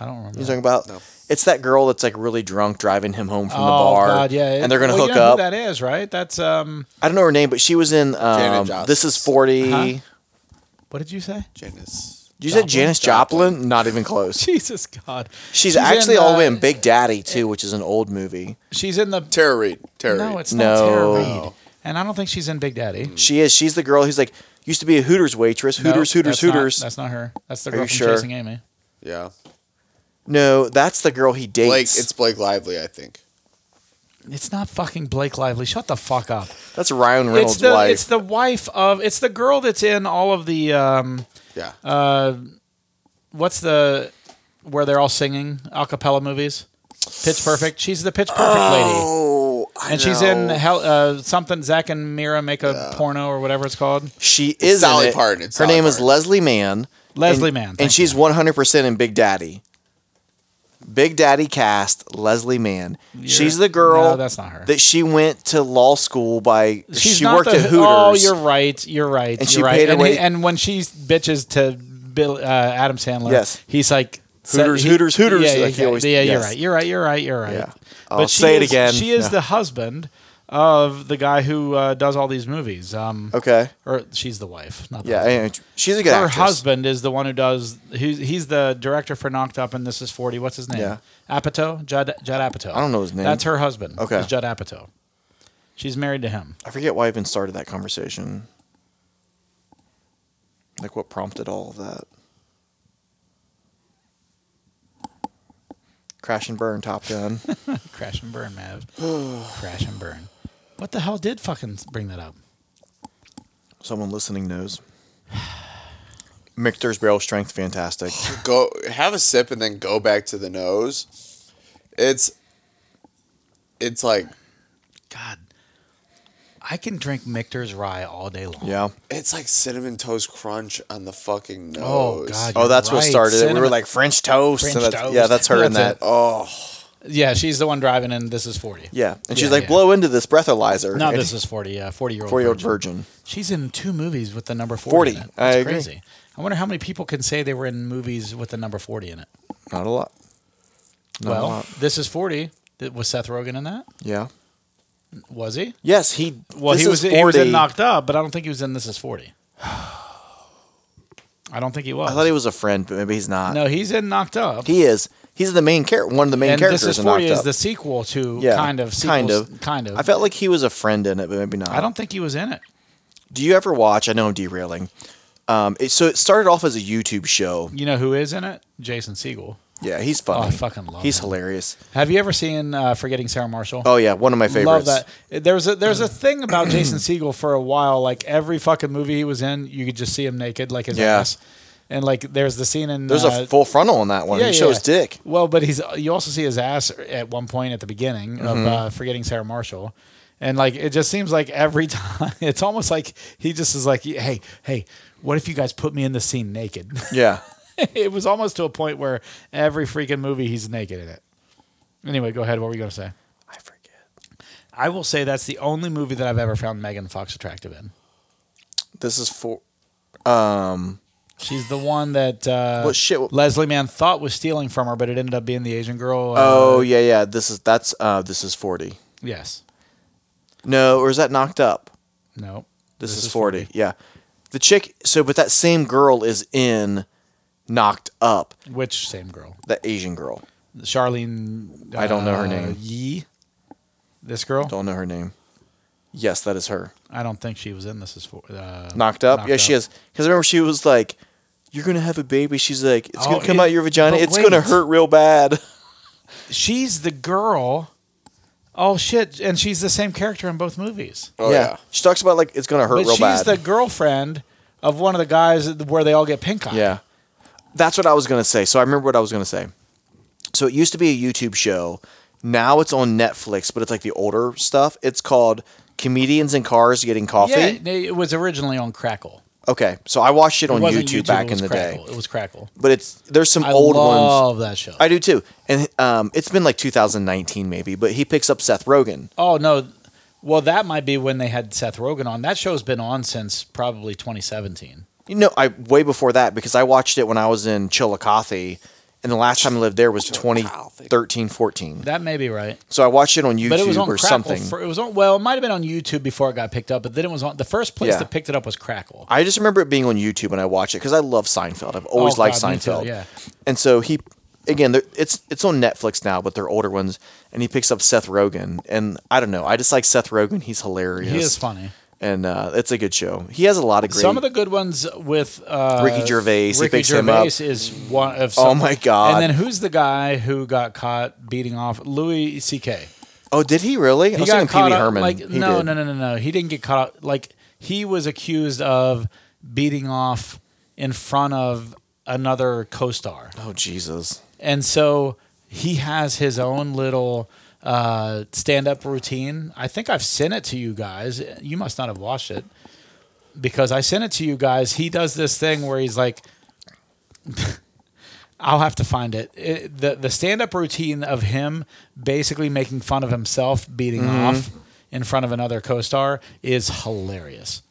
I don't remember.
talking about?
No.
It's that girl that's like really drunk, driving him home from
oh
the bar.
God, yeah,
and they're gonna
Well,
hook
you know
up.
Who that is right. That's um.
I don't know her name, but she was in. Um,
Joplin.
this is 40
Huh? What did you say?
Janice.
You
Joplin?
said Janis Joplin? Not even close.
Jesus God.
She's, actually
in,
all the
uh,
way in Big Daddy too, which is an old movie.
She's in the.
Tara Reid. Tara
No,
Reid.
it's not Tara
No.
Reid. And I don't think she's in Big Daddy.
She is. She's the girl who's like used to be a Hooters waitress.
No,
Hooters, Hooters,
that's not-
Hooters.
that's not her. That's
Are
the girl
you
from
sure?
Chasing Amy.
yeah.
no, that's the girl he dates.
Blake. It's Blake Lively, I think.
It's not fucking Blake Lively. Shut the fuck up.
that's Ryan Reynolds'
It's the
wife.
it's the wife of it's the girl that's in all of the um
Yeah.
uh what's the where they're all singing a cappella movies? Pitch Perfect. She's the Pitch Perfect lady.
oh, I
And she's in
know.
hell, uh, something Zach and Mira make a porno or whatever it's called.
She is in
Dolly
it.
Parton, it's
Her
Dolly
name is
Parton.
Leslie Mann.
Leslie
and,
Mann,
and
thank
she's one hundred percent in Big Daddy. Big Daddy cast Leslie Mann. she's the girl
No, that's not her.
that she went to law school by.
She's
she
not
worked
the,
at Hooters.
Oh, you're right. You're right.
And
you're
she
right.
paid her
and, he-
way-
and when she bitches to Bill, uh, Adam Sandler,
Yes.
he's like
Hooters, Hooters, Hooters,
Yeah, yeah,
like he
yeah,
always-
yeah, you're
yes.
right. You're right. You're right. You're right.
Yeah. I'll say
she
it
is-
again.
She is
No.
the husband of the guy who uh, does all these movies. Um,
okay.
or she's the wife. Not the
Yeah,
husband.
and she's a good
Her
actress.
husband is the one who does. He's, he's the director for Knocked Up and This Is Forty. What's his name?
Yeah.
Apatow. Judd, Judd Apatow.
I don't know his name.
That's her husband.
Okay.
is Judd Apatow. She's married to him.
I forget why I even started that conversation. Like what prompted all of that? Crash and burn, Top Gun.
Crash and burn, Mav. Crash and burn. What the hell did fucking bring that up?
Someone listening knows. Michter's barrel strength, fantastic.
go have a sip and then go back to the nose. It's it's like
God, I can drink Michter's rye all day long.
Yeah.
it's like cinnamon toast crunch on the fucking nose.
Oh, God.
Oh, that's what
Right,
started it. We were
cinnamon-
like French toast.
French
and that's-
toast.
Yeah, that's her in
That's
that.
it.
Oh,
Yeah, she's the one driving, and this is forty.
Yeah, and she's
Yeah,
like,
yeah.
blow into this breathalyzer.
No, this is forty. Yeah, forty-year-old.
forty-year-old virgin.
She's in two movies with the number forty.
40,
in it.
I
That's
agree.
crazy. I wonder how many people can say they were in movies with the number forty in it.
Not a lot. Not a
well,
lot.
this is forty. That- Was Seth Rogen in that?
yeah.
Was he?
Yes, he.
Well,
this
he
is
was he was
40.
in Knocked Up, but I don't think he was in This Is Forty. I don't think he was.
I thought he was a friend, but maybe he's not.
No, he's in Knocked Up.
He is. He's the main character. One of the main
and
characters.
This Is
in
Forty
Knocked
is
Up.
the sequel to
Yeah,
kind of sequels,
kind of.
kind of.
I felt like he was a friend in it, but maybe not.
I don't think he was in it.
Do you ever watch? I know I'm derailing. Um, it, so it started off as a YouTube show.
You know who is in it? Jason Segel.
Yeah, he's funny.
Oh, I fucking love
He's
him.
hilarious.
Have you ever seen uh, Forgetting Sarah Marshall?
Oh yeah, one of my favorites.
Love that. There's a there's a thing about Jason Segel for a while. Like every fucking movie he was in, you could just see him naked, like his
Yeah.
ass. And like there's the scene in
There's
uh,
a full frontal on that one. he shows dick.
Well, but he's you also see his ass at one point at the beginning of
Mm-hmm.
uh, forgetting Sarah Marshall, and like it just seems like every time it's almost like he just is like, hey, hey, what if you guys put me in the scene naked?
Yeah.
it was almost to a point where every freaking movie he's naked in it. Anyway, go ahead. What were you gonna say?
I forget.
I will say that's the only movie that I've ever found Megan Fox attractive in.
This is for. Um,
She's the one that uh,
What shit-
Leslie Mann thought was stealing from her, but it ended up being the Asian girl. Uh,
Oh yeah, yeah. This is that's uh this is forty.
yes.
No, or is that knocked up?
No.
This, is, 40. Yeah. The chick so but that same girl is in knocked up,
Which same girl?
the Asian girl.
Charlene.
I don't know her
uh,
name.
Yee. This girl.
Don't know her name. Yes, that is her.
I don't think she was in this. Is for uh,
Knocked up.
Knocked
yeah, she
Up.
is. Cuz remember she was like you're going to have a baby. She's like it's
Oh,
going to come
it-
out your vagina.
but
It's going to
wait.
hurt real bad.
She's the girl. Oh shit! And she's the same character in both movies.
Oh yeah.
She talks about like it's going to hurt
but
Uh, real
she's
bad.
the girlfriend of one of the guys where they all get pink eye.
Yeah. That's what I was going to say. So I remember what I was going to say. So it used to be a YouTube show. Now it's on Netflix, but it's like the older stuff. It's called Comedians in Cars Getting Coffee.
Yeah, they- it was originally on Crackle.
Okay. So I watched it
It
on
wasn't
YouTube, back
it was
in the
Crackle.
day.
It was Crackle.
But it's there's some
I
old ones.
love that show.
I do too. And um, it's been like 2019 maybe, but he picks up Seth Rogen.
oh no, well that might be when they had Seth Rogen on. That show's been on since probably 2017.
You know, I way before that because I watched it when I was in Chillicothe and the last time I lived there was 2013 14.
That may be right.
So I watched it on YouTube
but it was on
or
Crackle.
something.
For, it was on. Well, it might have been on YouTube before it got picked up, but then it was on. The first place
Yeah.
that picked it up was Crackle.
I just remember it being on YouTube when I watched it because I love Seinfeld. I've always
Oh,
liked
God, me too,
Seinfeld.
yeah.
And so he, again, there- it's it's on Netflix now, but they're older ones. And he picks up Seth Rogen, and I don't know. I just like Seth Rogen. He's hilarious.
He is funny.
and uh, it's a good show. He has a lot of great.
Some of the good ones with uh,
Ricky Gervais, he
Ricky
picks him
Gervais
up.
is one of.
Oh
some-
my God.
And then who's the guy who got caught beating off Louis C.K.
oh, did he really? I
He
was thinking Pee
got caught.
Wee
up-
Herman.
Like
He
no,
did.
no, no, no, no. He didn't get caught. up. Like he was accused of beating off in front of another co-star.
Oh Jesus.
And so he has his own little uh, stand up routine. I think I've sent it to you guys. You must not have watched it because I sent it to you guys. He does this thing where he's like, I'll have to find it. it the the stand up routine of him basically making fun of himself beating off in front of another co star is hilarious.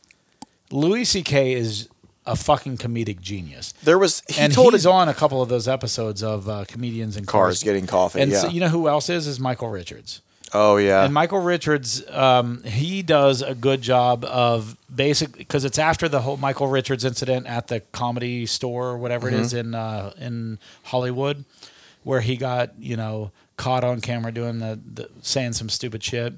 Louis C.K. is a fucking comedic genius
There was. He
and
told
he's
his
on a couple of those episodes of uh, comedians and
Cars Getting Coffee,
And
yeah.
so, you know who else is? Is Michael Richards.
Oh yeah.
And Michael Richards, um, he does a good job of basic because it's after the whole Michael Richards incident at the comedy store or whatever it is
Mm-hmm.
in uh, in Hollywood, where he got you know caught on camera doing the, the saying some stupid shit.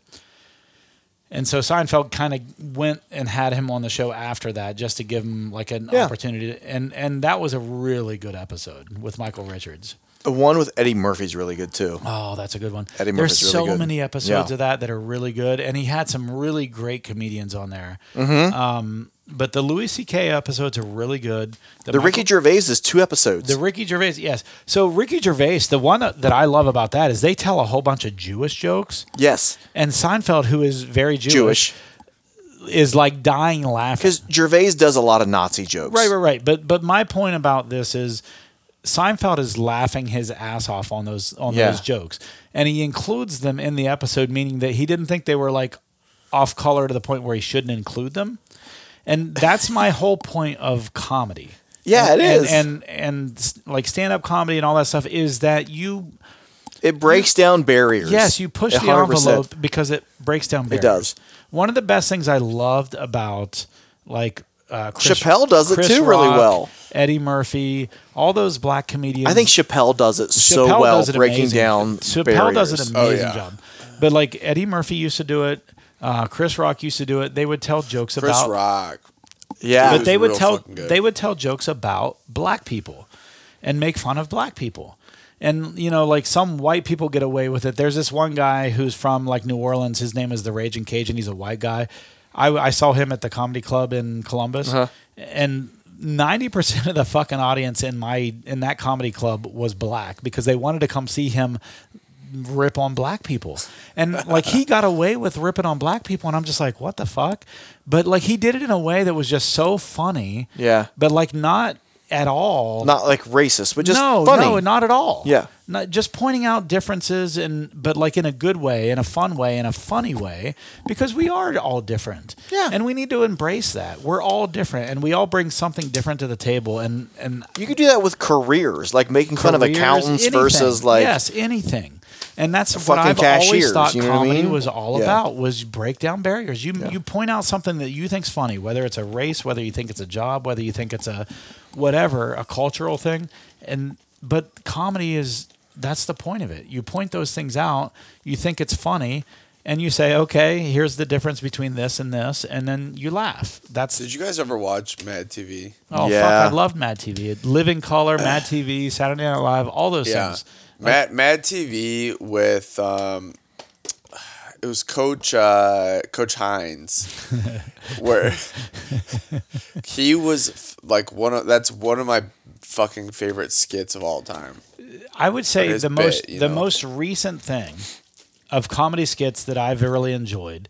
And so Seinfeld kind of went and had him on the show after that, just to give him like an
Yeah.
opportunity. To, and and that was a really good episode with Michael Richards.
the one with Eddie Murphy's really good too.
Oh, that's a good one.
Eddie
There's
Murphy's really
so
good.
many episodes
Yeah.
of that that are really good, and he had some really great comedians on there.
Mm-hmm.
Um, but the Louis C.K. episodes are really good.
The
Michael-
Ricky Gervais is two episodes.
the Ricky Gervais, yes. So Ricky Gervais, the one that that I love about that is they tell a whole bunch of Jewish jokes,
yes,
and Seinfeld, who is very Jewish,
Jewish.
is like dying laughing.
Because Gervais does a lot of Nazi jokes.
Right, right, right. But but my point about this is Seinfeld is laughing his ass off on those on
Yeah.
those jokes. And he includes them in the episode, meaning that he didn't think they were like off color to the point where he shouldn't include them. And that's my whole point of comedy.
Yeah,
and,
it
and-
is.
And, and s- like stand up comedy and all that stuff is that you
It breaks down barriers.
Yes, you push the
100%.
envelope because it breaks down barriers.
does.
One of the best things I loved about like uh, Chris,
Chappelle does it
Chris
too really
Rock,
well.
Eddie Murphy, all all those black comedians.
I think Chappelle does it so
Chappelle
well,
does it
breaking
amazing.
down
Chappelle
barriers.
does an
Oh,
amazing
yeah.
job. But like Eddie Murphy used to do it, uh, Chris Rock used to do it. They would tell jokes
Chris
about
Rock.
yeah,
but they
was
would
real
tell
fucking good.
they would tell jokes about black people and make fun of black people and you know like some white people get away with it there's this one guy who's from like new orleans his name is the raging cajun he's a white guy i, I saw him at the comedy club in columbus
Uh-huh.
and 90% of the fucking audience in my in that comedy club was black because they wanted to come see him rip on black people. And like he got away with ripping on black people and I'm just like, what the fuck? But like he did it in a way that was just so funny.
Yeah.
But like not at all.
Not like racist, but just
no,
funny.
no, not at all.
Yeah.
Not, just pointing out differences and but like in a good way, in a fun way, in a funny way, because we are all different.
Yeah.
And we need to embrace that. We're all different and we all bring something different to the table and and
You could do that with careers, like making fun of
careers,
accountants
anything.
versus like
yes, anything. And that's what
fucking
I've always
cashiers,
thought
you know what I
comedy
mean?
was all
Yeah.
about was break down barriers. You you point out something that you think's funny, whether it's a race, whether you think it's a job, whether you think it's a whatever, a cultural thing. And but comedy is that's the point of it. You point those things out, you think it's funny, and you say, "Okay, here's the difference between this and this," and then you laugh. That's
Did you guys ever watch Mad TV?
oh
Yeah.
fuck, I loved Mad TV. Living Color, Mad TV, Saturday Night Live, all those
Yeah.
things.
Mad, Mad TV with um, it was Coach uh, Coach Hines, where he was f- like one of that's one of my fucking favorite skits of all time.
I would say
his
the
bit,
most
you
the
know.
most recent thing of comedy skits that I've really enjoyed,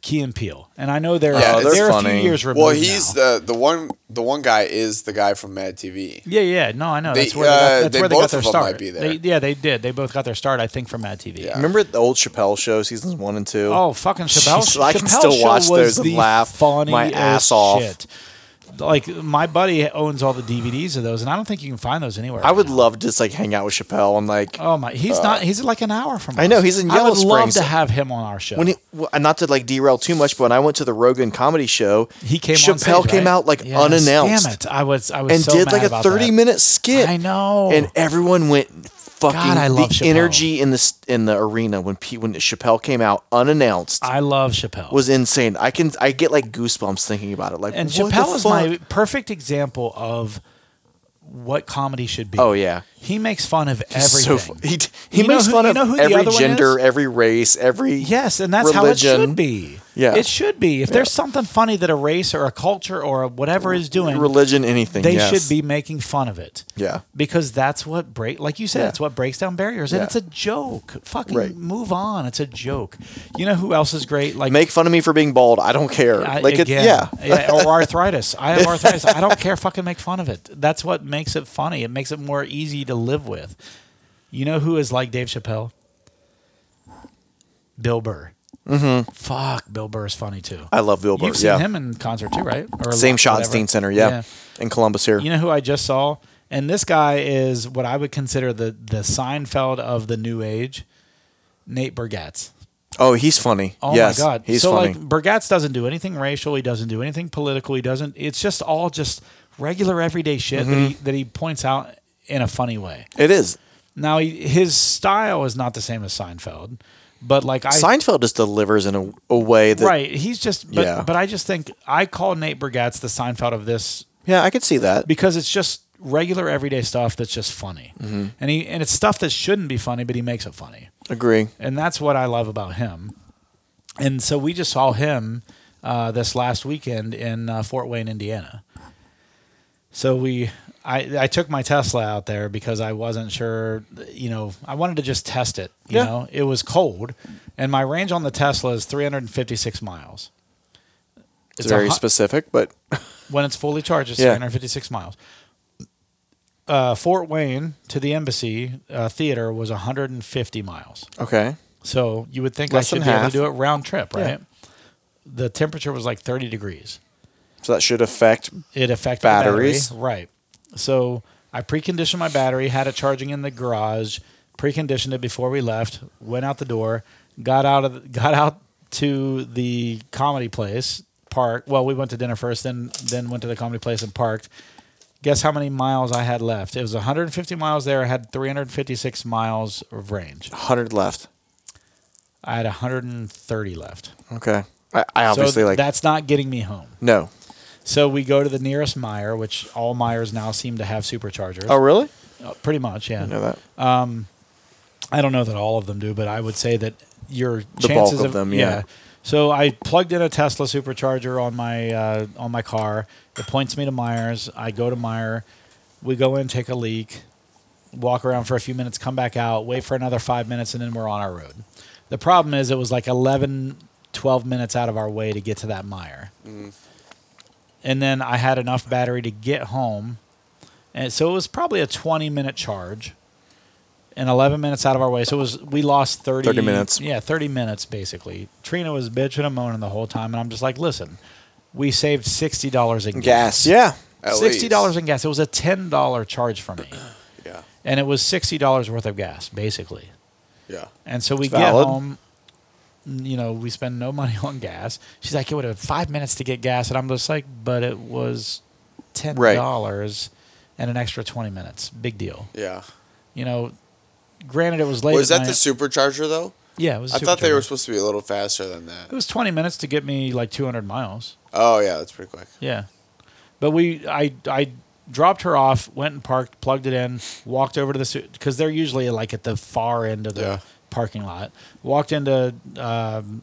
Key and Peele, and I know they're
Yeah,
uh,
they're
they're, a
funny.
few years removed.
Well, he's
now.
the the one the one guy is the guy from Mad TV.
yeah, yeah, no, I know.
They-
That's where they
uh,
got, that's
they
where they
both
got their
of them
start.
might be there.
They, yeah, they did. They both got their start, I think, from Mad TV.
Yeah.
Remember the old Chappelle show, season one and two?
Oh, fucking Chappelle!
Jeez, I can
Chappelle
still
show
watch
was
those and
the
laugh
funniest
my ass off.
Shit. Like my buddy owns all the DVDs of those, and I don't think you can find those anywhere.
I
right
would
now.
love to just like hang out with Chappelle and like
Oh my, he's not. He's like an hour from.
I
us.
know, he's in
I
Yellow
would love
Springs.
to have him on our show.
when he, well, not to like derail too much, but when I went to the Rogan comedy show,
He came.
Chappelle
on stage,
came
right?
out like
Yes.
unannounced
Damn it! I was. I was
and
so
did
mad
like a
about
thirty
that.
minute skit.
I know.
and everyone went fucking.
God, I
the
love Chappelle.
energy in the s- in the arena when Pete, when Chappelle came out unannounced
I love Chappelle.
was insane. I can I get like goosebumps thinking about it. Like
and
what the
Chappelle is
fuck?
my perfect example of what comedy should be.
Oh, yeah.
he makes fun of
He's so
everything.
fu- he he
You know
makes
who-
fun
you
of
know who the
every
other one
gender,
is?
every race, every
Yes, and that's how it
religion.
should be.
Yeah.
it should be. If there's something funny that a race or a culture or a whatever is doing,
religion, anything.
they
yes.
should be making fun of it.
Yeah.
because that's what break, like you said,
Yeah.
it's what breaks down barriers, and
Yeah.
it's a joke. Fucking
Right.
move on. It's a joke. You know who else is great? Like
make fun of me for being bald. I don't care.
I-
like it's
again,
yeah.
or arthritis. I have arthritis. I don't care. Fucking make fun of it. That's what makes it funny. It makes it more easy to live with. You know who is like Dave Chappelle? Bill Burr. Mm-hmm. Fuck, Bill Burr is funny too.
I love Bill Burr.
You've seen
yeah.
him in concert too, right? Or
Same shot
whatever.
Steen Center. Yeah. In Columbus here.
You know who I just saw? And this guy is what I would consider the the Seinfeld of the new age, Nate Bergatz.
oh, he's funny.
Oh
yes,
my god,
He's
so
funny.
like Bergatz doesn't do anything racial. He doesn't do anything political. He doesn't. It's just all just regular everyday shit that he
Mm-hmm.
that he points out in a funny way.
it is.
Now he, his style is not the same as Seinfeld, but like I
Seinfeld just delivers in a, a way that
right, he's just but
Yeah.
but I just think I call Nate Bergatz the Seinfeld of this
Yeah, I could see that.
because it's just regular everyday stuff that's just funny, and he and it's stuff that shouldn't be funny, but he makes it funny.
Agree.
and that's what I love about him. And so we just saw him uh, this last weekend in uh, Fort Wayne, Indiana. So we, I, I took my Tesla out there because I wasn't sure, you know, I wanted to just test it. You
Yeah.
know, it was cold, and my range on the Tesla is 356 miles.
It's, very
a hu-
specific, but
when it's fully charged, it's
Yeah.
356 miles. Uh, Fort Wayne to the Embassy uh, Theater was 150 miles.
okay.
So you would think
Less
I
than
should be able
half.
to do it round trip,
Yeah.
right? The temperature was like 30 degrees.
So that should affect.
It affected
Batteries.
the battery. Right. So I preconditioned my battery, had it charging in the garage, preconditioned it before we left, went out the door, got out of got out to the comedy place, park. Well, we went to dinner first, then then went to the comedy place and parked. Guess how many miles I had left? It was 150 miles there. I had 356 miles of range.
100 left.
I had 130 left.
Okay. I, I obviously
so
like
that's not getting me home.
no.
So we go to the nearest Meyer, which all Myers now seem to have superchargers.
Oh really?
Uh, pretty much, yeah.
I know that.
Um, I don't know that all of them do, but I would say that your
bulk
chances
of them, yeah.
So I plugged in a Tesla supercharger on my uh, on my car. It points me to Myers. I go to Meyer. We go in, take a leak, walk around for a few minutes, come back out, wait for another five minutes, and then we're on our road. The problem is it was like 11, 12 minutes out of our way to get to that Meyer. And then I had enough battery to get home And so it was probably a 20 minute charge and 11 minutes out of our way. So it was we lost 30,
30 minutes.
Yeah, 30 minutes basically. Trina was bitching and moaning the whole time. And I'm just like, listen, we saved $60 in gas.
Gas. Yeah.
At
$60
least.
in gas. It was a $10 charge for me.
Yeah.
And it was $60 worth of gas basically.
Yeah.
And so we
It's
get
valid.
home. You know, we spend no money on gas. She's like, it would have five minutes to get gas, and I'm just like, but it was ten dollars and an extra twenty minutes. Big deal.
Yeah.
You know, granted it was late.
was
at
that the
night.
supercharger though?
yeah? It was. a
I thought they
supercharger.
were supposed to be a little faster than
It
that.
was twenty minutes to get me like two hundred miles.
Oh yeah, that's pretty quick.
Yeah, but we, I, I dropped her off, went and parked, plugged it in, walked over to the because they're usually like at the far end of the
Yeah.
parking lot. Walked into um,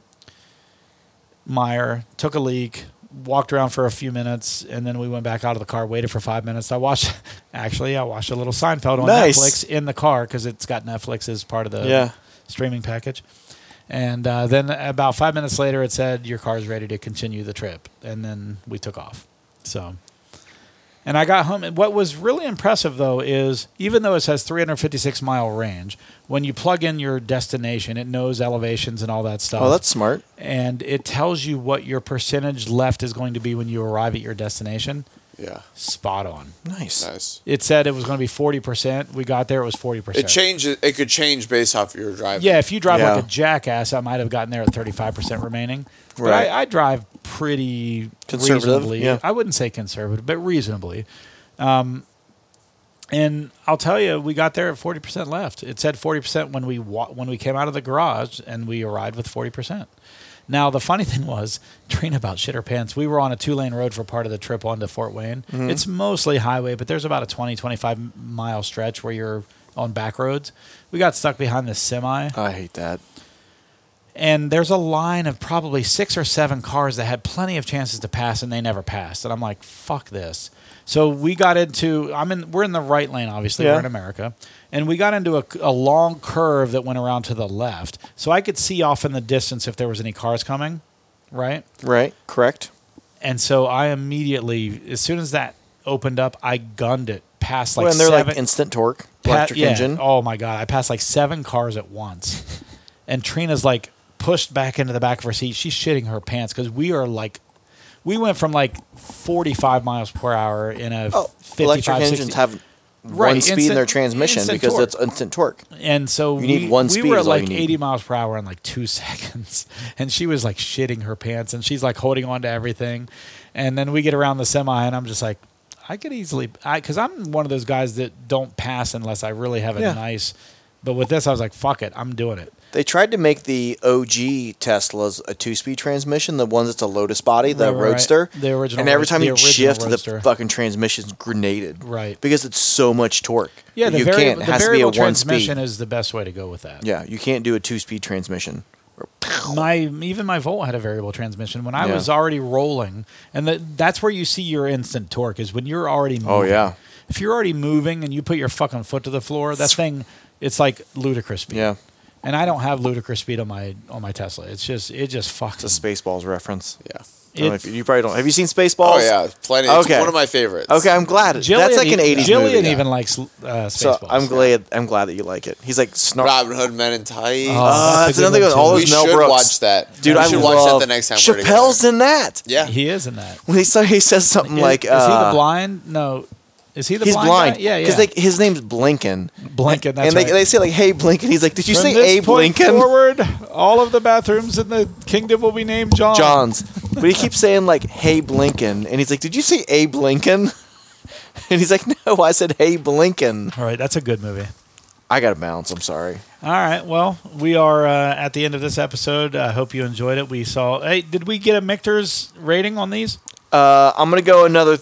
Meyer, took a leak, walked around for a few minutes, and then we went back out of the car, waited for five minutes. I watched, actually, I watched a little Seinfeld on
Nice.
Netflix in the car because it's got Netflix as part of the
Yeah.
streaming package. And uh, then about five minutes later, it said your car's ready to continue the trip, and then we took off. So, and I got home. And what was really impressive though is even though it says 356 mile range, when you plug in your destination, it knows elevations and all that stuff.
Oh, that's smart.
and it tells you what your percentage left is going to be when you arrive at your destination.
Yeah.
Spot on.
Nice.
Nice.
It said it was going to be 40%. We got there, it was 40%.
It changes. It could change based off your driving.
Yeah, if you drive
Yeah.
like a jackass, I might have gotten there at thirty five percent remaining. But
Right.
I, I drive pretty
Conservative,
reasonably.
yeah.
I wouldn't say conservative, but reasonably. Um, and I'll tell you, we got there at forty percent left. It said forty percent when we wa- when we came out of the garage, and we arrived with forty percent. Now the funny thing was, Trina about shit her pants. We were on a two lane road for part of the trip onto Fort Wayne. It's mostly highway, but there's about a 20, 25 mile stretch where you're on back roads. We got stuck behind this semi
I hate that.
and there's a line of probably six or seven cars that had plenty of chances to pass and they never passed and i'm like fuck this so we got into i'm in we're in the right lane obviously
Yeah.
we're in america and we got into a, a long curve that went around to the left so i could see off in the distance if there was any cars coming right
Right. Correct.
and so i immediately as soon as that opened up i gunned it past like
well, and they're
seven,
like instant torque,
Pa-
electric
yeah.
engine.
Oh my god, I passed like seven cars at once, and Trina's like pushed back into the back of her seat. She's shitting her pants because we are like, we went from like forty-five miles per hour in a
Oh,
55,
electric
60
engines have one
Right,
speed in
instant-
their transmission
instant
because
torque.
it's instant torque.
and so
You
we,
need one
we
speed
were at
is all you
like
need.
80 miles per hour in like two seconds and she was like shitting her pants and she's like holding on to everything and then we get around the semi and i'm just like i could easily i because i'm one of those guys that don't pass unless i really have a
Yeah.
nice but with this i was like fuck it i'm doing it
They tried to make the OG Teslas a two-speed transmission, the ones that's a Lotus body, the
Right, right, right.
Roadster.
The original
And every
Road-
time
the
you
original
shift,
Roadster.
the fucking transmission's grenaded.
Right.
Because it's so much torque.
yeah the,
you
vari-
can't. It
the
has to be a
variable
one
transmission
speed.
is the best way to go with that
yeah, you can't do a two-speed transmission.
my even my Volt had a variable transmission when I
Yeah.
was already rolling, and that that's where you see your instant torque is when you're already. Moving.
Oh, yeah.
If you're already moving and you put your fucking foot to the floor, that thing, it's like ludicrous speed.
Yeah.
And I don't have ludicrous speed on my on my Tesla. It's just it just fucks.
It's a Spaceballs reference.
Yeah.
I don't know if
It-
you, you probably don't. Have you seen Spaceballs?
Oh yeah, plenty. It's
Okay.
one of my favorites.
Okay, I'm glad. that's like an '80s
Jillian
movie.
even likes uh, Spaceballs.
So I'm glad. I'm glad that you like it. He's like snark.
Robin Hood, Men in Tights.
Oh,
Uh,
that's
that's
a
another good.
good one,
All
too.
those
we
Mel
should
Brooks.
watch that.
Dude,
we
I
should
love
watch that the next time we're together.
Chappelle's in that.
Yeah.
He is in that.
When he, so he says something
Is-
like,
is,
uh,
he the blind? No, is he the
He's
blind?
blind.
guy? Yeah, yeah.
Because his name's Blinken.
Blinken,
And-
that's
and they,
right.
they say like, "Hey, Blinken." He's like, "Did you
From
say
this
a
point
Blinken?"
Forward, all of the bathrooms in the kingdom will be named John.
John's. But he keeps saying like, "Hey, Blinken," and he's like, "Did you say a Blinken?" And he's like, "No, I said hey, Blinken."
All right, that's a good movie.
I gotta bounce. I'm sorry.
All right, well, we are uh, at the end of this episode. I hope you enjoyed it. We saw. Hey, did we get a Michter's rating on these?
Uh, I'm gonna go another.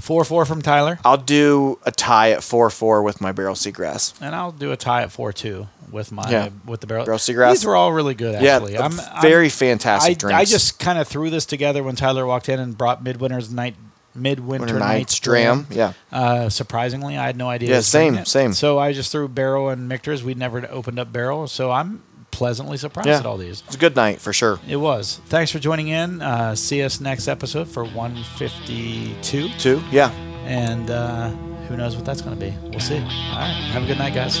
Four four from Tyler,
I'll do a tie at four four with my barrel seagrass.
and I'll do a tie at four two with my
Yeah.
with the barrel.
Barrel Seagrass.
These were all really good. Actually,
yeah,
I'm,
very
I'm,
fantastic
I,
drinks.
I just kind of threw this together when Tyler walked in and brought Midwinter's Night Midwinter
Winter
Night's
Nights Dram. Yeah,
Uh, surprisingly, I had no idea.
Yeah,
it was doing
same,
it.
same.
So I just threw Barrel and Michter's. We'd never opened up Barrel, so I'm pleasantly surprised
Yeah.
at all these.
it's a good night for sure.
It was. Thanks for joining in. Uh, see us next episode for 152.
Two. Yeah.
And uh, who knows what that's going to be? We'll see. All right. Have a good night, guys.